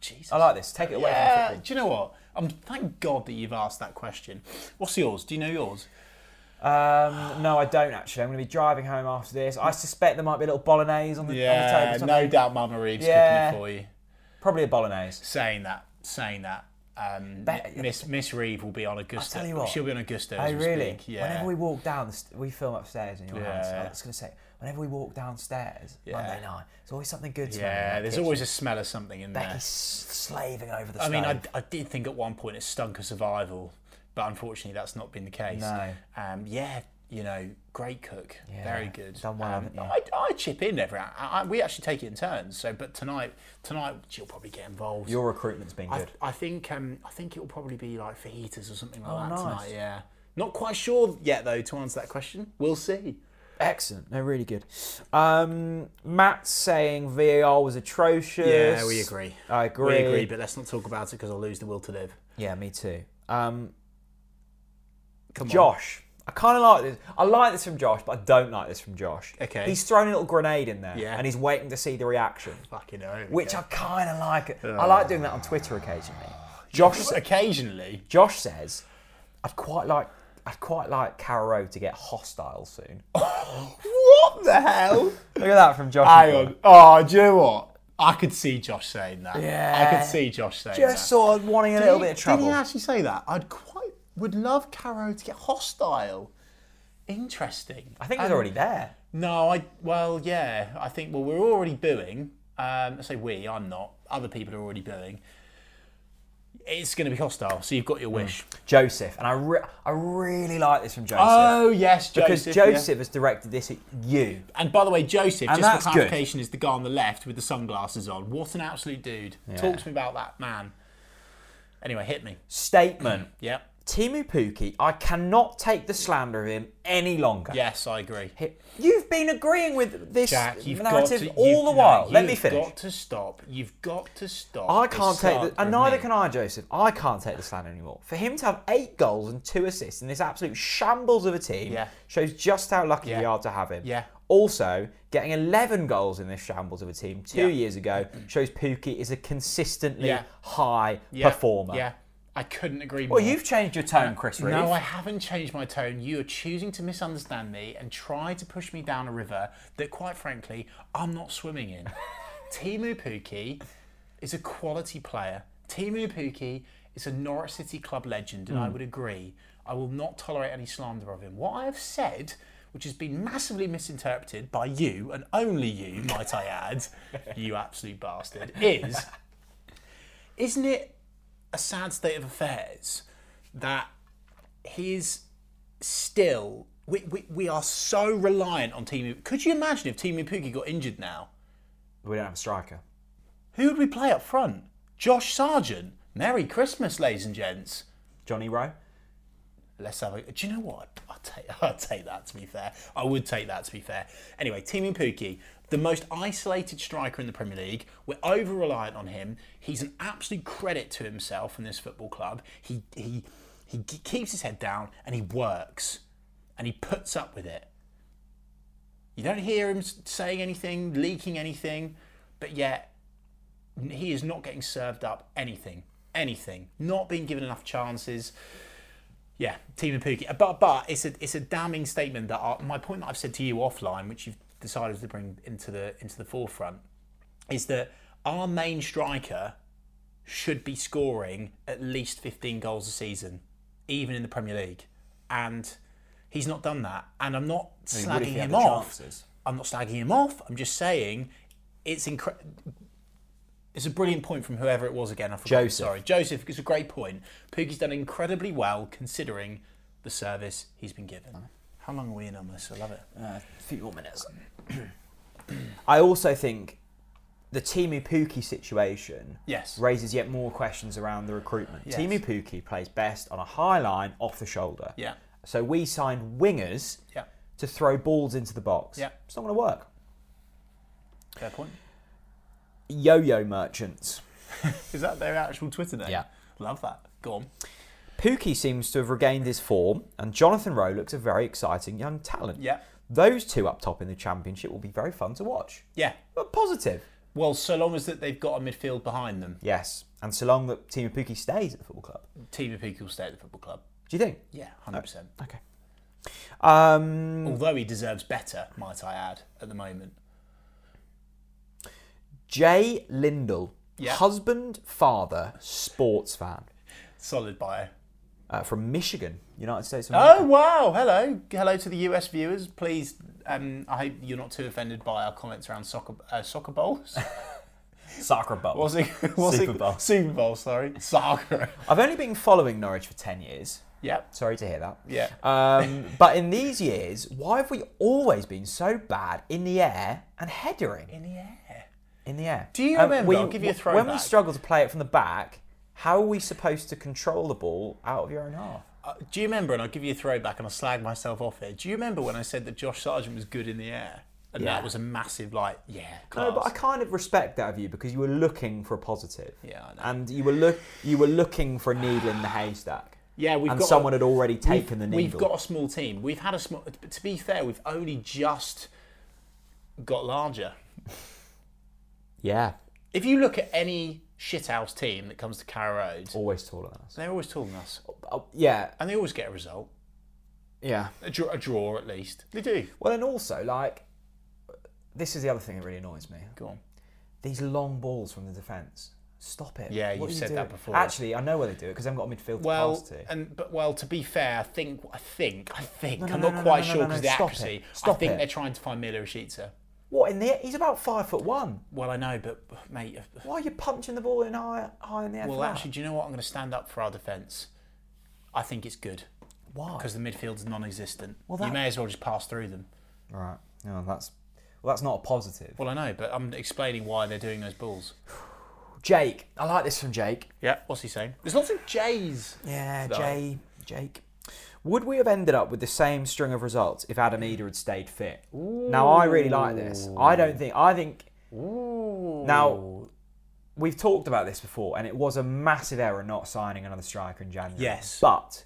Speaker 4: Jesus.
Speaker 3: I like this. Take it away
Speaker 4: Yeah,
Speaker 3: from football.
Speaker 4: do you know what? Um, thank God that you've asked that question. What's yours? Do you know yours?
Speaker 3: Um, no, I don't actually. I'm going to be driving home after this. I suspect there might be a little bolognese on the, on the table.
Speaker 4: no
Speaker 3: something.
Speaker 4: doubt Mama Reeves
Speaker 3: Yeah.
Speaker 4: cooking it for you.
Speaker 3: Probably a bolognese.
Speaker 4: Saying that, saying that. Um,
Speaker 3: Bet-
Speaker 4: Miss Miss Reeve will be on Augusta.
Speaker 3: tell you what.
Speaker 4: She'll be on Augusta.
Speaker 3: Oh,
Speaker 4: as we
Speaker 3: really?
Speaker 4: Speak. Yeah.
Speaker 3: Whenever we walk down, the st- we film upstairs in your house. I
Speaker 4: Yeah.
Speaker 3: was going to say, whenever we walk downstairs Monday night, there's always something good. smelling in
Speaker 4: yeah,
Speaker 3: that
Speaker 4: there's
Speaker 3: kitchen.
Speaker 4: always a smell of something in there.
Speaker 3: Becky's slaving over the.
Speaker 4: I mean, I,
Speaker 3: stove.
Speaker 4: I did think at one point it stunk of survival, but unfortunately that's not been the case.
Speaker 3: No.
Speaker 4: Um, yeah, you know, great cook, very good.
Speaker 3: done well,
Speaker 4: Um,
Speaker 3: haven't you?
Speaker 4: I, I chip in every. I, I, we actually take it in turns. So, but tonight, tonight she'll probably get involved.
Speaker 3: your recruitment's been
Speaker 4: I,
Speaker 3: good.
Speaker 4: I think um, I think it'll probably be like fajitas or something like that
Speaker 3: Oh, nice.
Speaker 4: tonight. Yeah. Not quite sure yet though to answer that question. We'll see.
Speaker 3: Excellent. No, really good. Um, Matt's saying VAR was atrocious.
Speaker 4: Yeah, we agree.
Speaker 3: I agree.
Speaker 4: We agree, but let's not talk about it because I'll lose the will to live.
Speaker 3: yeah, me too. Um,
Speaker 4: Come
Speaker 3: Josh. I kind of like this. I like this from Josh, but I don't like this from Josh.
Speaker 4: Okay.
Speaker 3: He's thrown a little grenade in there,
Speaker 4: Yeah.
Speaker 3: and he's waiting to see the reaction,
Speaker 4: on. Fucking hell.
Speaker 3: which I kind of like. I like doing that on Twitter occasionally. Josh,
Speaker 4: occasionally.
Speaker 3: Josh says, "I'd quite like, I'd quite like Caro to get hostile soon."
Speaker 4: What the hell?
Speaker 3: Look at that from Josh.
Speaker 4: Hang on. Oh, do you know what? I could see Josh saying that.
Speaker 3: Yeah.
Speaker 4: I could see Josh saying that.
Speaker 3: Just sort of wanting a little bit of trouble.
Speaker 4: Did he actually say that? I'd quite would love Caro to get hostile. Interesting.
Speaker 3: I think he's already there.
Speaker 4: No, I well, yeah. I think well, we're already booing. Um, I say we. I'm not. Other people are already booing. It's going to be hostile. So you've got
Speaker 3: Hmm.
Speaker 4: your wish.
Speaker 3: Joseph, and I, re- I really like this from Joseph
Speaker 4: Oh yes,
Speaker 3: because
Speaker 4: Joseph.
Speaker 3: Joseph,
Speaker 4: yeah.
Speaker 3: has directed this at you.
Speaker 4: And by the way, Joseph,
Speaker 3: And
Speaker 4: just
Speaker 3: that's
Speaker 4: for
Speaker 3: good.
Speaker 4: clarification, is the guy on the left with the sunglasses on. What an absolute dude. Talk to me about that man. Anyway, hit me.
Speaker 3: Statement.
Speaker 4: Yep.
Speaker 3: Timu Puki, I cannot take the slander of him any longer.
Speaker 4: Yes, I agree.
Speaker 3: You've been agreeing with this
Speaker 4: Jack, you've got
Speaker 3: narrative
Speaker 4: to,
Speaker 3: all
Speaker 4: you've-
Speaker 3: the
Speaker 4: no,
Speaker 3: while. Let me
Speaker 4: you've
Speaker 3: finish.
Speaker 4: got to stop. You've got to stop.
Speaker 3: I can't take
Speaker 4: the,
Speaker 3: the, and neither can I, Joseph. I can't take the slander anymore. For him to have eight goals and two assists in this absolute shambles of a team
Speaker 4: Yeah.
Speaker 3: shows just how lucky we
Speaker 4: Yeah.
Speaker 3: are to have him.
Speaker 4: Yeah.
Speaker 3: Also, getting 11 goals in this shambles of a team two
Speaker 4: Yeah.
Speaker 3: years ago shows Pookie is a consistently
Speaker 4: Yeah.
Speaker 3: high
Speaker 4: Yeah,
Speaker 3: performer.
Speaker 4: Yeah, I couldn't agree more.
Speaker 3: Well, you've changed your tone, Chris Reeve.
Speaker 4: No, I haven't changed my tone. You are choosing to misunderstand me and try to push me down a river that, quite frankly, I'm not swimming in. Timu Puki is a quality player. Timu Puki is a Norwich City club legend, and I would agree. I will not tolerate any slander of him. What I have said, which has been massively misinterpreted by you and only you, might I add, you absolute bastard, is isn't it a sad state of affairs that he is still we, we, we are so reliant on Timu. Could you imagine if Timu Puki got injured now?
Speaker 3: we don't have a striker.
Speaker 4: Who would we play up front? Josh Sargent. Merry Christmas, ladies and gents.
Speaker 3: Johnny Rowe.
Speaker 4: Let's have a. Do you know what? I'll take, I'll take that, to be fair. I would take that, to be fair. Anyway, Timu Puki, the most isolated striker in the Premier League. We're over reliant on him. He's an absolute credit to himself and this football club. He, he, he g- keeps his head down and he works and he puts up with it. You don't hear him s- saying anything, leaking anything, but yet he is not getting served up anything. Anything. Not being given enough chances. Yeah, Team Pookie. But but it's a it's a damning statement that I, my point that I've said to you offline, which you've decided to bring into the into the forefront, is that our main striker should be scoring at least 15 goals a season, even in the Premier League, and he's not done that. And I'm not
Speaker 3: he would if
Speaker 4: slagging
Speaker 3: he had
Speaker 4: him
Speaker 3: the
Speaker 4: off.
Speaker 3: chances.
Speaker 4: I'm not slagging him off. I'm just saying it's incredible. It's a brilliant point from whoever it was again. I forgot.
Speaker 3: Joseph.
Speaker 4: Sorry, Joseph. It's a great point. Poogie's done incredibly well considering the service he's been given. How long are we in on this? I love it. Uh,
Speaker 3: A few more minutes. I also think the Timu Puki situation
Speaker 4: Yes.
Speaker 3: raises yet more questions around the recruitment. Timu Puki plays best on a high line off the shoulder.
Speaker 4: Yeah.
Speaker 3: So we signed wingers
Speaker 4: Yeah.
Speaker 3: to throw balls into the box.
Speaker 4: Yeah.
Speaker 3: It's not going to work.
Speaker 4: Fair point.
Speaker 3: Yo-yo merchants.
Speaker 4: Is that their actual Twitter name?
Speaker 3: Yeah.
Speaker 4: Love that. Go on.
Speaker 3: Pookie seems to have regained his form, and Jonathan Rowe looks a very exciting young talent.
Speaker 4: Yeah.
Speaker 3: Those two up top in the championship will be very fun to watch.
Speaker 4: Yeah.
Speaker 3: But positive.
Speaker 4: Well, so long as that they've got a midfield behind them,
Speaker 3: Yes. And so long that Team Pookie stays at the football club.
Speaker 4: Team Peak will stay at the football club.
Speaker 3: Do you think?
Speaker 4: Yeah, hundred percent.
Speaker 3: Okay. Um,
Speaker 4: Although he deserves better, might I add, at the moment.
Speaker 3: Jay Lindell,
Speaker 4: Yeah.
Speaker 3: husband, father, sports fan
Speaker 4: Solid bio.
Speaker 3: uh, from Michigan, United States of America.
Speaker 4: Oh wow! Hello, hello to the US viewers. Please, um, I hope you're not too offended by our comments around soccer uh, soccer bowls. Oh,
Speaker 3: Soccer ball.
Speaker 4: What's it? What's
Speaker 3: Super
Speaker 4: it?
Speaker 3: Bowl.
Speaker 4: Super Bowl. Sorry, soccer.
Speaker 3: I've only been following Norwich for 10 years.
Speaker 4: Yep.
Speaker 3: Sorry to hear that.
Speaker 4: Yeah.
Speaker 3: Um, but in these years, why have we always been so bad in the air and headering
Speaker 4: In the air.
Speaker 3: in the air? Do
Speaker 4: you remember? I'll give you a
Speaker 3: When we
Speaker 4: throwback.
Speaker 3: struggle to play it from the back, how are we supposed to control the ball out of your own half?
Speaker 4: Uh, do you remember? And I'll give you a throwback, and I'll slag myself off here. Do you remember when I said that Josh Sargent was good in the air, and
Speaker 3: Yeah.
Speaker 4: that was a massive like, yeah, class.
Speaker 3: No, but I kind of respect that of you because you were looking for a positive.
Speaker 4: Yeah, I know.
Speaker 3: And you were look you were looking for a needle in the haystack.
Speaker 4: Yeah, we've
Speaker 3: and
Speaker 4: got
Speaker 3: someone
Speaker 4: a-
Speaker 3: had already taken the
Speaker 4: we've,
Speaker 3: needle.
Speaker 4: We've got a small team. We've had a small. but To be fair, we've only just got larger.
Speaker 3: yeah,
Speaker 4: If you look at any shithouse team that comes to Carrow Road,
Speaker 3: always taller than us.
Speaker 4: they're always taller than us,
Speaker 3: Oh, yeah,
Speaker 4: and they always get a result,
Speaker 3: yeah.
Speaker 4: a draw, a draw at least. They do.
Speaker 3: Well, and also like, this is the other thing that really annoys me.
Speaker 4: Go on.
Speaker 3: These long balls from the defence. Stop it.
Speaker 4: Yeah,
Speaker 3: What
Speaker 4: you've
Speaker 3: are you
Speaker 4: said that
Speaker 3: doing?
Speaker 4: before.
Speaker 3: Actually, I know where they do it because they've got a midfield
Speaker 4: Well,
Speaker 3: to pass to.
Speaker 4: and but well, to be fair, I think I think I think
Speaker 3: no,
Speaker 4: I'm
Speaker 3: no,
Speaker 4: not
Speaker 3: no,
Speaker 4: quite
Speaker 3: no, no,
Speaker 4: sure
Speaker 3: no,
Speaker 4: because
Speaker 3: no,
Speaker 4: of the
Speaker 3: stop
Speaker 4: accuracy.
Speaker 3: it. Stop
Speaker 4: I think
Speaker 3: it.
Speaker 4: they're trying to find Mila Ishita.
Speaker 3: what in the? He's about five foot one.
Speaker 4: Well, I know, but mate,
Speaker 3: Why are you punching the ball in high, high in the air?
Speaker 4: well,
Speaker 3: for that?
Speaker 4: actually, do you know what? I'm going to stand up for our defence. I think it's good.
Speaker 3: why?
Speaker 4: because the midfield's non-existent.
Speaker 3: that-
Speaker 4: You may as well just pass through them.
Speaker 3: Right. No, that's well, that's not a positive.
Speaker 4: Well, I know, but I'm explaining why they're doing those balls.
Speaker 3: Jake, I like this from Jake.
Speaker 4: Yeah. What's he saying? There's lots of J's.
Speaker 3: Yeah,
Speaker 4: Right.
Speaker 3: Jay, Jake. Would we have ended up with the same string of results if Adam Eder had stayed fit? Now I really like this. I don't think I think now we've talked about this before, and it was a massive error not signing another striker in January.
Speaker 4: Yes.
Speaker 3: but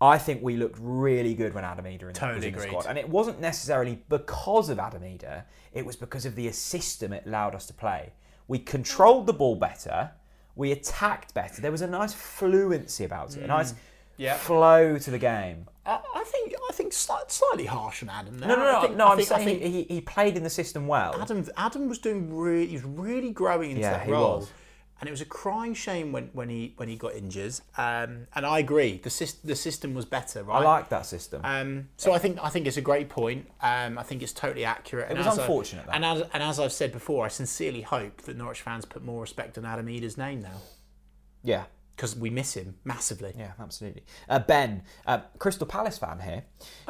Speaker 3: I think we looked really good when Adam Eder in, was
Speaker 4: Totally
Speaker 3: in the
Speaker 4: agreed.
Speaker 3: squad, and it wasn't necessarily because of Adam Eder. It was because of the system it allowed us to play. We controlled the ball better. We attacked better. There was a nice fluency about it, a nice
Speaker 4: Yeah.
Speaker 3: flow to the game.
Speaker 4: I, I think I think slight, slightly harsh on Adam. There.
Speaker 3: No, no, no.
Speaker 4: I think,
Speaker 3: no
Speaker 4: I
Speaker 3: I'm
Speaker 4: think, I
Speaker 3: saying
Speaker 4: think
Speaker 3: he, he played in the system well.
Speaker 4: Adam Adam was doing really he was really growing into
Speaker 3: Yeah,
Speaker 4: that
Speaker 3: he
Speaker 4: role.
Speaker 3: was.
Speaker 4: And it was a crying shame when, when he when he got injured. Um, and I agree, the syst- the system was better, right?
Speaker 3: I like that system.
Speaker 4: Um, so I think I think it's a great point. Um, I think it's totally accurate. It
Speaker 3: was unfortunate, though.
Speaker 4: and as and as I've said before, I sincerely hope that Norwich fans put more respect on Adam Eder's name now
Speaker 3: yeah.
Speaker 4: because we miss him massively.
Speaker 3: Yeah, absolutely. Uh, ben, uh, Crystal Palace fan here.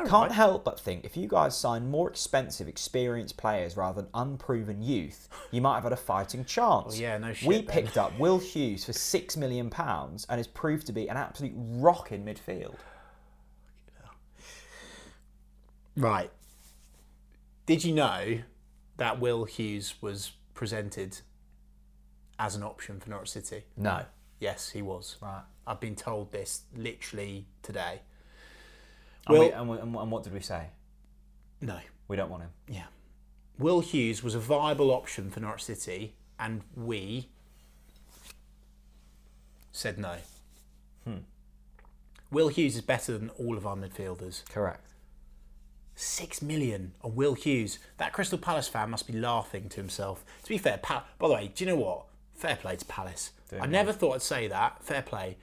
Speaker 3: Can't help but think if you guys sign more expensive, experienced players rather than unproven youth, you might have had a fighting chance.
Speaker 4: yeah, no shit,
Speaker 3: We
Speaker 4: Ben.
Speaker 3: picked up Will Hughes for six million pounds and has proved to be an absolute rock in midfield.
Speaker 4: Right. Did you know that Will Hughes was presented as an option for Norwich City?
Speaker 3: No.
Speaker 4: Yes, he was.
Speaker 3: Right.
Speaker 4: I've been told this literally today.
Speaker 3: And,
Speaker 4: Will-
Speaker 3: we, and, we, and, and what did we say?
Speaker 4: No,
Speaker 3: We don't want him.
Speaker 4: Yeah. Will Hughes was a viable option for Norwich City, and we said no. Will Hughes is better than all of our midfielders.
Speaker 3: Correct.
Speaker 4: Six million on Will Hughes. That Crystal Palace fan must be laughing to himself. To be fair, pa- by the way, do you know what? Fair play to Palace. I never thought I'd say that. Fair play.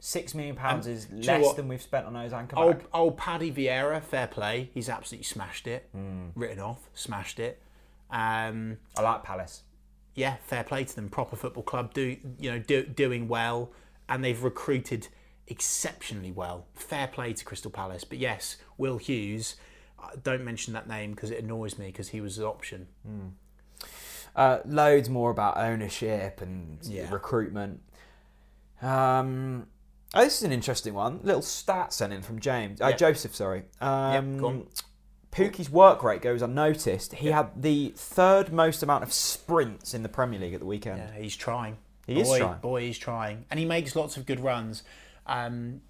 Speaker 3: Six million pounds is
Speaker 4: you know
Speaker 3: less
Speaker 4: what?
Speaker 3: than we've spent on Ozan Kabak.
Speaker 4: Old, old Paddy Vieira, fair play. He's absolutely smashed it. Written off, smashed it. Um,
Speaker 3: I like Palace.
Speaker 4: yeah, fair play to them. Proper football club, do you know, do, doing well, and they've recruited exceptionally well. Fair play to Crystal Palace. But yes, Will Hughes. uh, Don't mention that name because it annoys me because he was an option.
Speaker 3: Uh, loads more about ownership and recruitment. Um, oh, this is an interesting one. Little stat sent in from James, uh, Joseph. Sorry. Um,
Speaker 4: go on.
Speaker 3: Pookie's work rate goes unnoticed. He had the third most amount of sprints in the Premier League at the weekend.
Speaker 4: Yeah, he's trying.
Speaker 3: He
Speaker 4: boy,
Speaker 3: is trying.
Speaker 4: Boy, he's trying, and he makes lots of good runs. Um,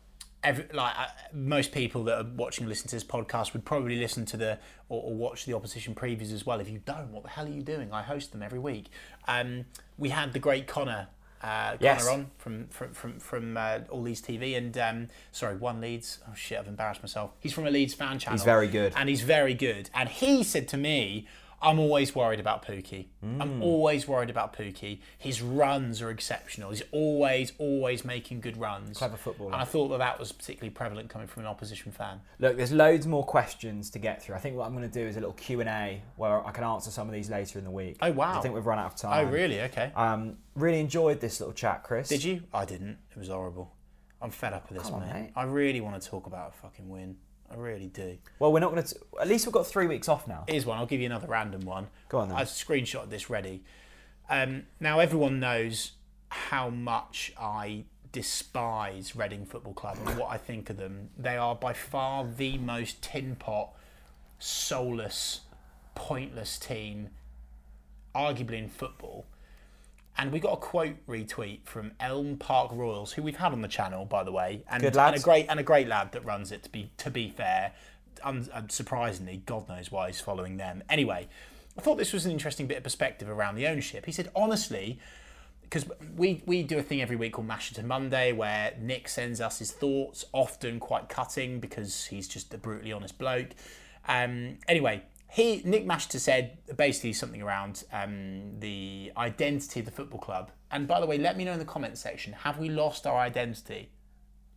Speaker 4: every, like uh, most people that are watching, and listen to this podcast would probably listen to the or, or watch the opposition previews as well. If you don't, what the hell are you doing? I host them every week. Um, we had the great Connor. Uh,
Speaker 3: Yes.
Speaker 4: Connor on from from from, from uh, all these TV and um, sorry one Leeds oh shit I've embarrassed myself he's from a Leeds fan channel
Speaker 3: He's very good.
Speaker 4: and he's very good. And he said to me, I'm always worried about Pookie. I'm
Speaker 3: Hmm.
Speaker 4: always worried about Pookie. His runs are exceptional. He's always, always making good runs.
Speaker 3: Clever footballer.
Speaker 4: And I thought that that was particularly prevalent coming from an opposition fan.
Speaker 3: Look, there's loads more questions to get through. I think what I'm going to do is a little Q and A where I can answer some of these later in the week.
Speaker 4: Oh, wow.
Speaker 3: I think we've run out of
Speaker 4: Oh,
Speaker 3: time.
Speaker 4: really? Okay.
Speaker 3: Um, really enjoyed this little chat, Chris.
Speaker 4: Did you? I didn't. It was horrible. I'm fed up with this,
Speaker 3: on,
Speaker 4: mate.
Speaker 3: mate.
Speaker 4: I really want to talk about a fucking win. I really do.
Speaker 3: Well, we're not going to. At least we've got three weeks off now.
Speaker 4: Here's one. I'll give you another random one.
Speaker 3: Go on then.
Speaker 4: I've screenshot this ready. Um, now everyone knows how much I despise Reading Football Club and what I think of them. They are by far the most tin pot, soulless, pointless team, arguably in football. And we got a quote retweet from Elm Park Royals, who we've had on the channel, by the way, and,
Speaker 3: Good
Speaker 4: and a
Speaker 3: lads.
Speaker 4: great and a great lad that runs it. To be to be fair, un- unsurprisingly, God knows why he's following them. Anyway, I thought this was an interesting bit of perspective around the ownership. He said, honestly, because we we do a thing every week called Masherton Monday, where Nick sends us his thoughts, often quite cutting because he's just a brutally honest bloke. Um, anyway, he Nick Masherton said basically something around um, the identity of the football club. And by the way, let me know in the comments section: have we lost our identity?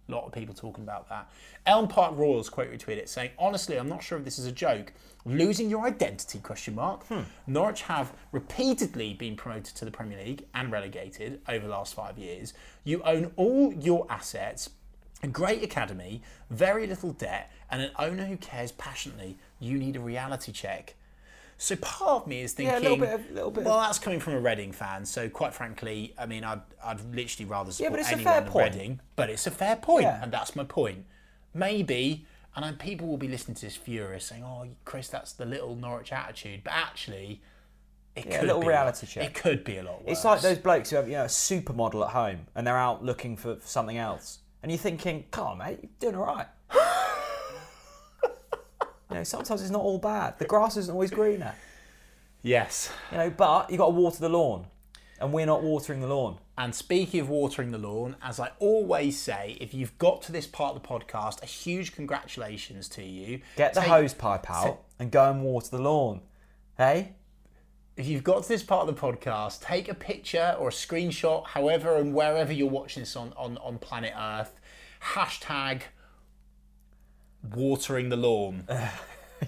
Speaker 4: A lot of people talking about that. Elm Park Royals quote retweeted it saying, "Honestly, I'm not sure if this is a joke. Losing your identity? Question mark.
Speaker 3: Hmm.
Speaker 4: Norwich have repeatedly been promoted to the Premier League and relegated over the last five years. You own all your assets." A great academy, very little debt, and an owner who cares passionately. You need a reality check. So part of me is thinking,
Speaker 3: a little bit of- little bit of-
Speaker 4: well, that's coming from a Reading fan. So quite frankly, I mean, I'd, I'd literally rather support
Speaker 3: but it's a
Speaker 4: anyone
Speaker 3: fair
Speaker 4: than
Speaker 3: point.
Speaker 4: Reading but it's a fair point,
Speaker 3: Yeah.
Speaker 4: and that's my point. Maybe, and I, people will be listening to this furious, saying, "Oh, Chris, that's the little Norwich attitude," but actually, it
Speaker 3: a
Speaker 4: could
Speaker 3: little
Speaker 4: be
Speaker 3: reality
Speaker 4: lot-
Speaker 3: check.
Speaker 4: It could be a lot worse.
Speaker 3: It's like those blokes who have, you know, a supermodel at home and they're out looking for for something else. And you're thinking, come on, mate, you're doing all right. you know, sometimes it's not all bad. The grass isn't always greener.
Speaker 4: yes.
Speaker 3: You know, but you got to water the lawn. And we're not watering the lawn.
Speaker 4: And speaking of watering the lawn, as I always say, if you've got to this part of the podcast, a huge congratulations to you.
Speaker 3: Get the
Speaker 4: Take-
Speaker 3: hose pipe out
Speaker 4: so-
Speaker 3: and go and water the lawn. Hey?
Speaker 4: If you've got to this part of the podcast, take a picture or a screenshot, however and wherever you're watching this on, on, on planet Earth, hashtag watering the lawn.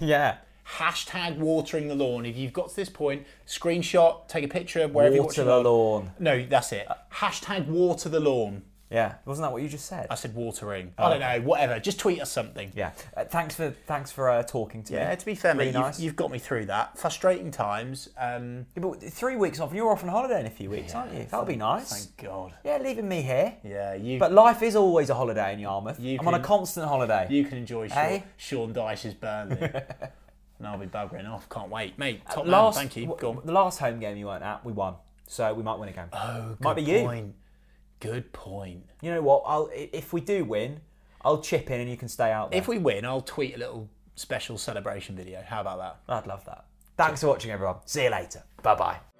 Speaker 3: yeah.
Speaker 4: hashtag watering the lawn. If you've got to this point, screenshot, take a picture wherever you're
Speaker 3: Water
Speaker 4: watching.
Speaker 3: the
Speaker 4: on.
Speaker 3: lawn.
Speaker 4: No, that's it. Hashtag water the lawn.
Speaker 3: Yeah. Wasn't that what you just said?
Speaker 4: I said watering. Oh. I don't know, whatever. Just tweet us something.
Speaker 3: yeah. Uh, thanks for thanks for uh, talking to me.
Speaker 4: Yeah, to be fair,
Speaker 3: Really
Speaker 4: mate, you've-
Speaker 3: nice.
Speaker 4: you've, got me through that. Frustrating times. Um,
Speaker 3: Yeah, but three weeks off, and you're off on holiday in a few weeks, aren't you? That'll be nice.
Speaker 4: thank God.
Speaker 3: Yeah, leaving me here.
Speaker 4: Yeah, you.
Speaker 3: But life is always a holiday in Yarmouth.
Speaker 4: You
Speaker 3: I'm on a
Speaker 4: can-
Speaker 3: constant holiday.
Speaker 4: You can enjoy Sean,
Speaker 3: Hey?
Speaker 4: Sean Dyche's Burnley. and I'll be buggering off. Can't wait. Mate, top
Speaker 3: last,
Speaker 4: man, thank you.
Speaker 3: w-
Speaker 4: Go on.
Speaker 3: The last home game you weren't at, we won. So we might win again. Oh, might be
Speaker 4: Good
Speaker 3: you.
Speaker 4: point. Good point.
Speaker 3: You know what? I'll i- if we do win, I'll chip in and you can stay out there.
Speaker 4: If we win, I'll tweet a little special celebration video. How about that?
Speaker 3: I'd love that. Thanks for watching, everyone. See you later. Bye bye.